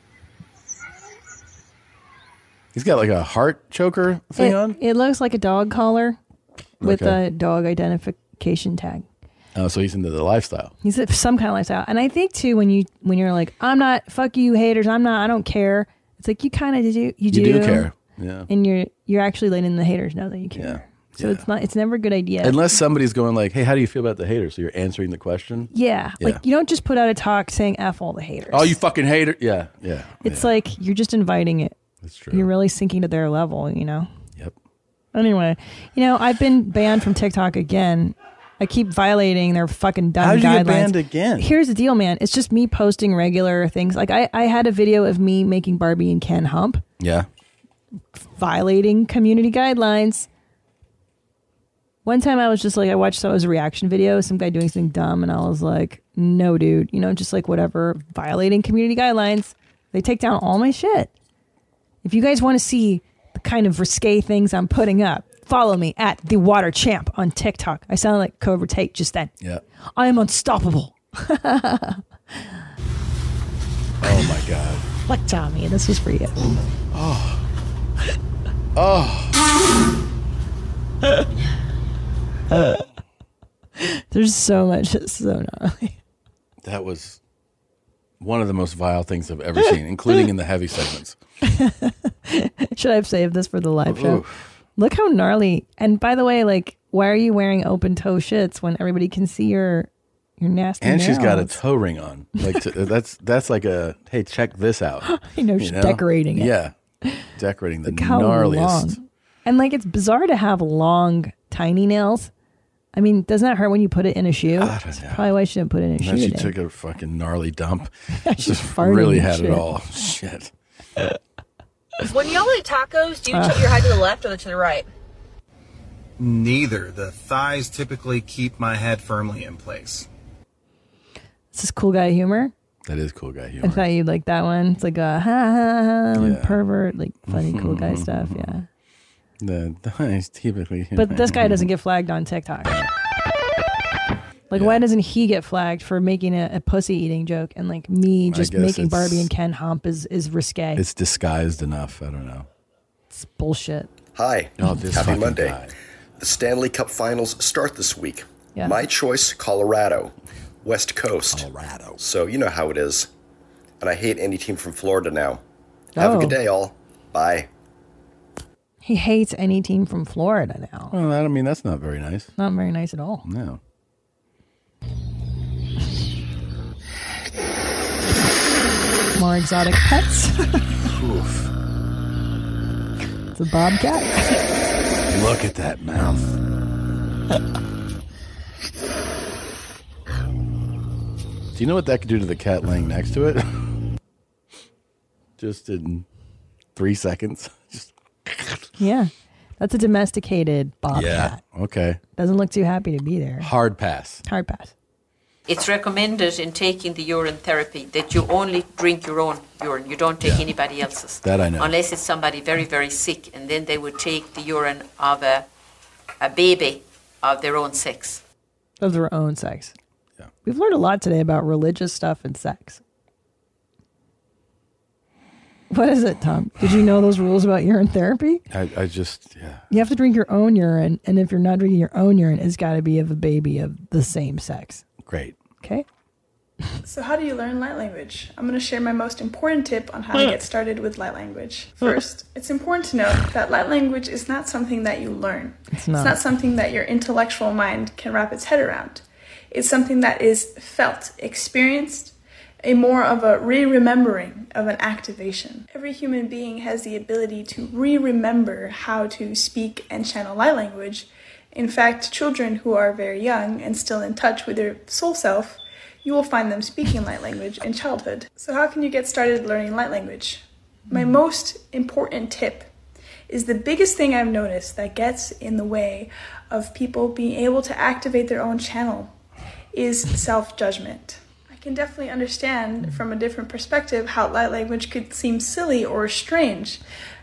He's got like a heart choker thing
it,
on.
it looks like a dog collar with
Okay.
a dog identification tag.
Oh, so he's into the lifestyle.
He's a- some kind of lifestyle. And I think too when you when you're like, I'm not fuck you haters, I'm not I don't care. It's like you kinda do you,
You
do,
do care. Yeah.
And you're you're actually letting the haters know that you care. So it's not it's never a good idea.
Unless somebody's going like, "Hey, how do you feel about the haters?" So you're answering the question.
yeah,
Yeah.
Like you don't just put out a talk saying F all the haters.
oh, you fucking hater. Yeah. Yeah.
it's like you're just inviting it.
That's
true. You're really sinking to their level, you know?
Yep.
Anyway, you know, I've been banned from TikTok again. I keep violating their fucking dumb
How'd you
guidelines.
get banned again?
Here's the deal, man. It's just me posting regular things. Like I, I had a video of me making Barbie and Ken hump,
Yeah.
violating community guidelines. One time I was just like, I watched so it was a reaction video, some guy doing something dumb, and I was like, no, dude, you know, just like whatever, violating community guidelines. They take down all my shit. If you guys want to see the kind of risque things I'm putting up, follow me at the Water Champ on TikTok. I sound like Cobra Tate just then.
Yeah.
I am unstoppable.
Oh my god.
What, Tommy? This is for you.
Oh. Oh.
There's so much. It's so gnarly.
that was one of the most vile things I've ever seen, including in the heavy segments.
Should I have saved this for the live show?
Ooh.
Look how gnarly. And by the way, like, why are you wearing open toe shits when everybody can see your your nasty?
And she's got a
nails?
toe ring on. Like to, that's that's like a hey, check this out.
I know, she's decorating it.
Yeah, decorating the
Look how
gnarliest.
long. And like, it's bizarre to have long, tiny nails. I mean, doesn't that hurt when you put it in a shoe? That's probably why I shouldn't put it in a
And
shoe.
then she
today.
took a fucking gnarly dump.
She's farting
really
and
had
shit.
it all. Shit.
When y'all eat tacos, do you
Ugh.
tilt your head to the left or to the right?
Neither. The thighs typically keep my head firmly in place.
This is cool guy humor.
That is cool guy
I
humor.
thought you'd like that one. It's like a ha ha ha, like
Yeah.
pervert, like funny cool guy stuff. Yeah.
The dice typically.
But this guy doesn't get flagged on TikTok. Like, why doesn't he get flagged for making a, a pussy eating joke and like me
I
just
guess
making
it's-
Barbie and Ken hump is is risque?
It's disguised enough. I don't know.
it's bullshit.
Hi.
Oh, this
Happy
fucking
Monday. The Stanley Cup Finals start this week.
Yeah.
My choice, Colorado, West Coast. Colorado. So you know how it is. And I hate any team from Florida now. Have a
Oh.
good day, all. Bye.
He hates any team from Florida now.
Well, I mean, that's not very nice.
Not very nice at all.
No.
More exotic pets.
Oof.
It's a bobcat.
Look at that mouth. Do you know what that could do to the cat laying next to it? Just in three seconds. Just,
yeah. That's a domesticated bobcat.
Okay.
Doesn't look too happy to be there.
Hard pass.
Hard pass.
It's recommended in taking the urine therapy that you only drink your own urine. You don't take anybody else's.
That I know.
Unless it's somebody very, very sick, and then they would take the urine of a, a baby of their own sex.
Of their own sex. Yeah. We've learned a lot today about religious stuff and sex. What is it, Tom? Did you know those rules about urine therapy?
I, I just, yeah.
You have to drink your own urine, and if you're not drinking your own urine, it's got to be of a baby of the same sex.
Great.
Okay?
So, how do you learn light language? I'm going to share my most important tip on how to get started with light language. First, it's important to note that light language is not something that you learn,
It's not.
something that your intellectual mind can wrap its head around. It's something that is felt, experienced, a more of a re remembering of an activation. Every human being has the ability to re remember how to speak and channel light language. In fact, children who are very young and still in touch with their soul self you will find them speaking light language in childhood. So, how can you get started learning light language? My most important tip is the biggest thing I've noticed that gets in the way of people being able to activate their own channel is self judgment. I can definitely understand from a different perspective how light language could seem silly or strange,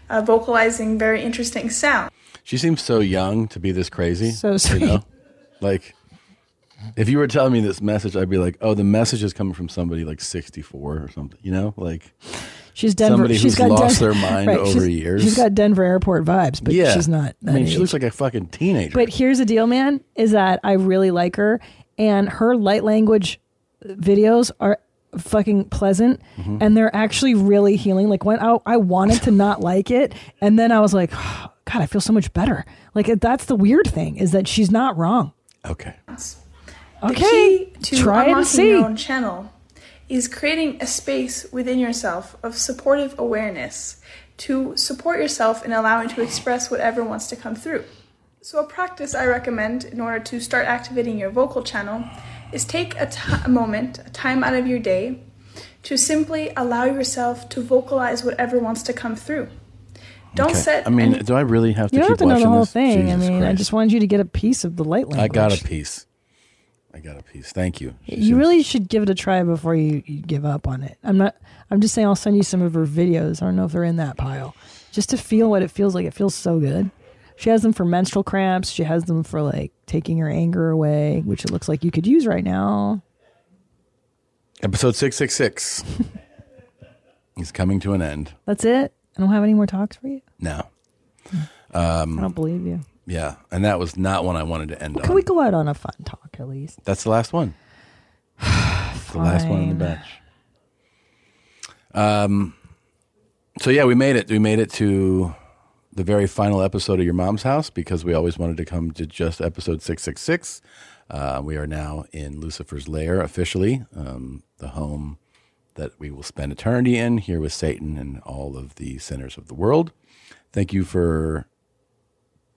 uh, vocalizing very interesting sounds.
She seems so young to be this crazy.
So
You know? Like, if you were telling me this message, I'd be like, oh, the message is coming from somebody like 64 or something, you know? Like,
She's Denver.
Somebody
she's
who's
got
lost
Den-
their mind
Right,
over
she's-
years.
She's got Denver airport vibes, but
yeah.
she's not.
I
That
mean, she
age.
looks like a fucking teenager.
But here's the deal, man, is that I really like her and her light language videos are fucking pleasant
Mhm.
and they're actually really healing. Like when I, I wanted to not like it and then I was like, God, I feel so much better. Like that's the weird thing is that she's not wrong.
Okay.
The
Okay.
key to
Try it
unlocking
and see.
your own channel is creating a space within yourself of supportive awareness to support yourself in allowing to express whatever wants to come through. So a practice I recommend in order to start activating your vocal channel is take a ti- a moment, a time out of your day to simply allow yourself to vocalize whatever wants to come through. Don't
Okay.
set
I mean,
any-
do I really have to
You don't
keep
have to know the
watching
whole
this?
thing. I
Jesus
mean, I
Christ.
just wanted you to get a piece of the light language.
I got a piece. I got a piece. Thank you.
You really should give it a try before you, you give up on it. I'm not. I'm just saying. I'll send you some of her videos. I don't know if they're in that pile, just to feel what it feels like. It feels so good. She has them for menstrual cramps. She has them for like taking your anger away, which it looks like you could use right now.
Episode 666 is coming to an end.
That's it. I don't have any more talks for you.
No. Um,
I don't believe you.
Yeah. And that was not one I wanted to end
Can
on.
we go out on a fun talk at least?
That's the last one. It's the last one in the
Fine.
batch. Um, so yeah, we made it. We made it to the very final episode of Your Mom's House because we always wanted to come to just episode six six six. Uh, We are now in Lucifer's lair officially, um, the home that we will spend eternity in here with Satan and all of the sinners of the world. Thank you for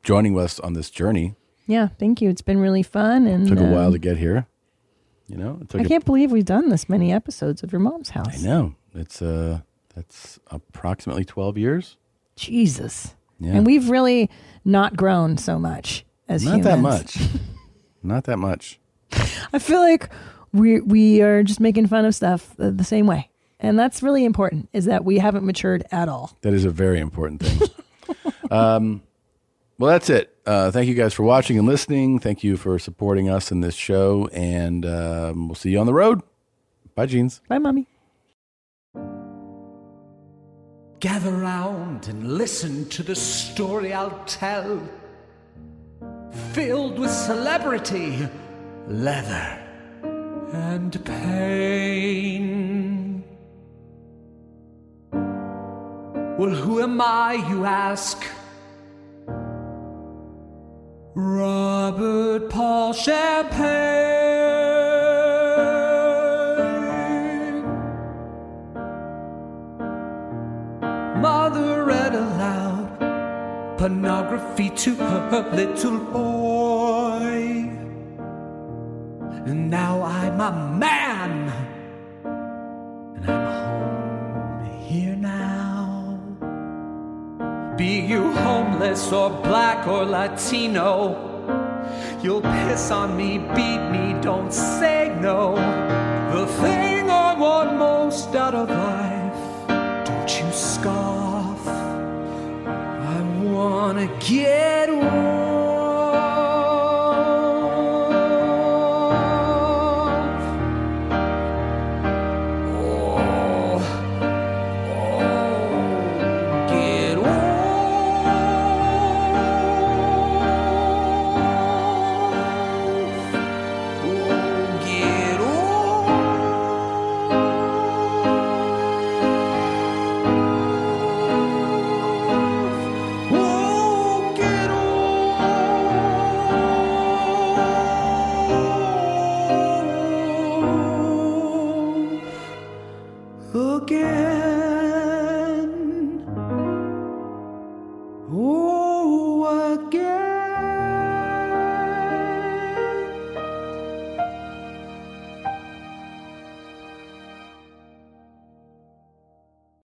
joining us on this journey.
Yeah. Thank you. It's been really fun. And
It took a while
um,
to get here. You know, it took
I
a-
can't believe we've done this many episodes of your mom's
I
house.
know. It's uh that's approximately 12 years.
Jesus.
Yeah.
And we've really not grown so much as
Not
humans.
that much. Not that much.
I feel like we we are just making fun of stuff the, the same way, and that's really important. Is that we haven't matured at all.
That is a very important thing. um, well, that's it. Uh, thank you guys for watching and listening. Thank you for supporting us in this show, and um, we'll see you on the road. Bye, jeans.
Bye, mommy.
Gather round and listen to the story I'll tell. Filled with celebrity, leather, and pain. Well, who am I, you ask? Robert Paul Champagne. Mother read aloud pornography to her little boy. And now I'm a man. And I'm home here now. Be you homeless or black or Latino, you'll piss on me, beat me, don't say no. The thing I want most out of life, don't you scoff. I wanna get warm. Oh, oh, get off. Oh, get off. Oh, get again. Oh, again.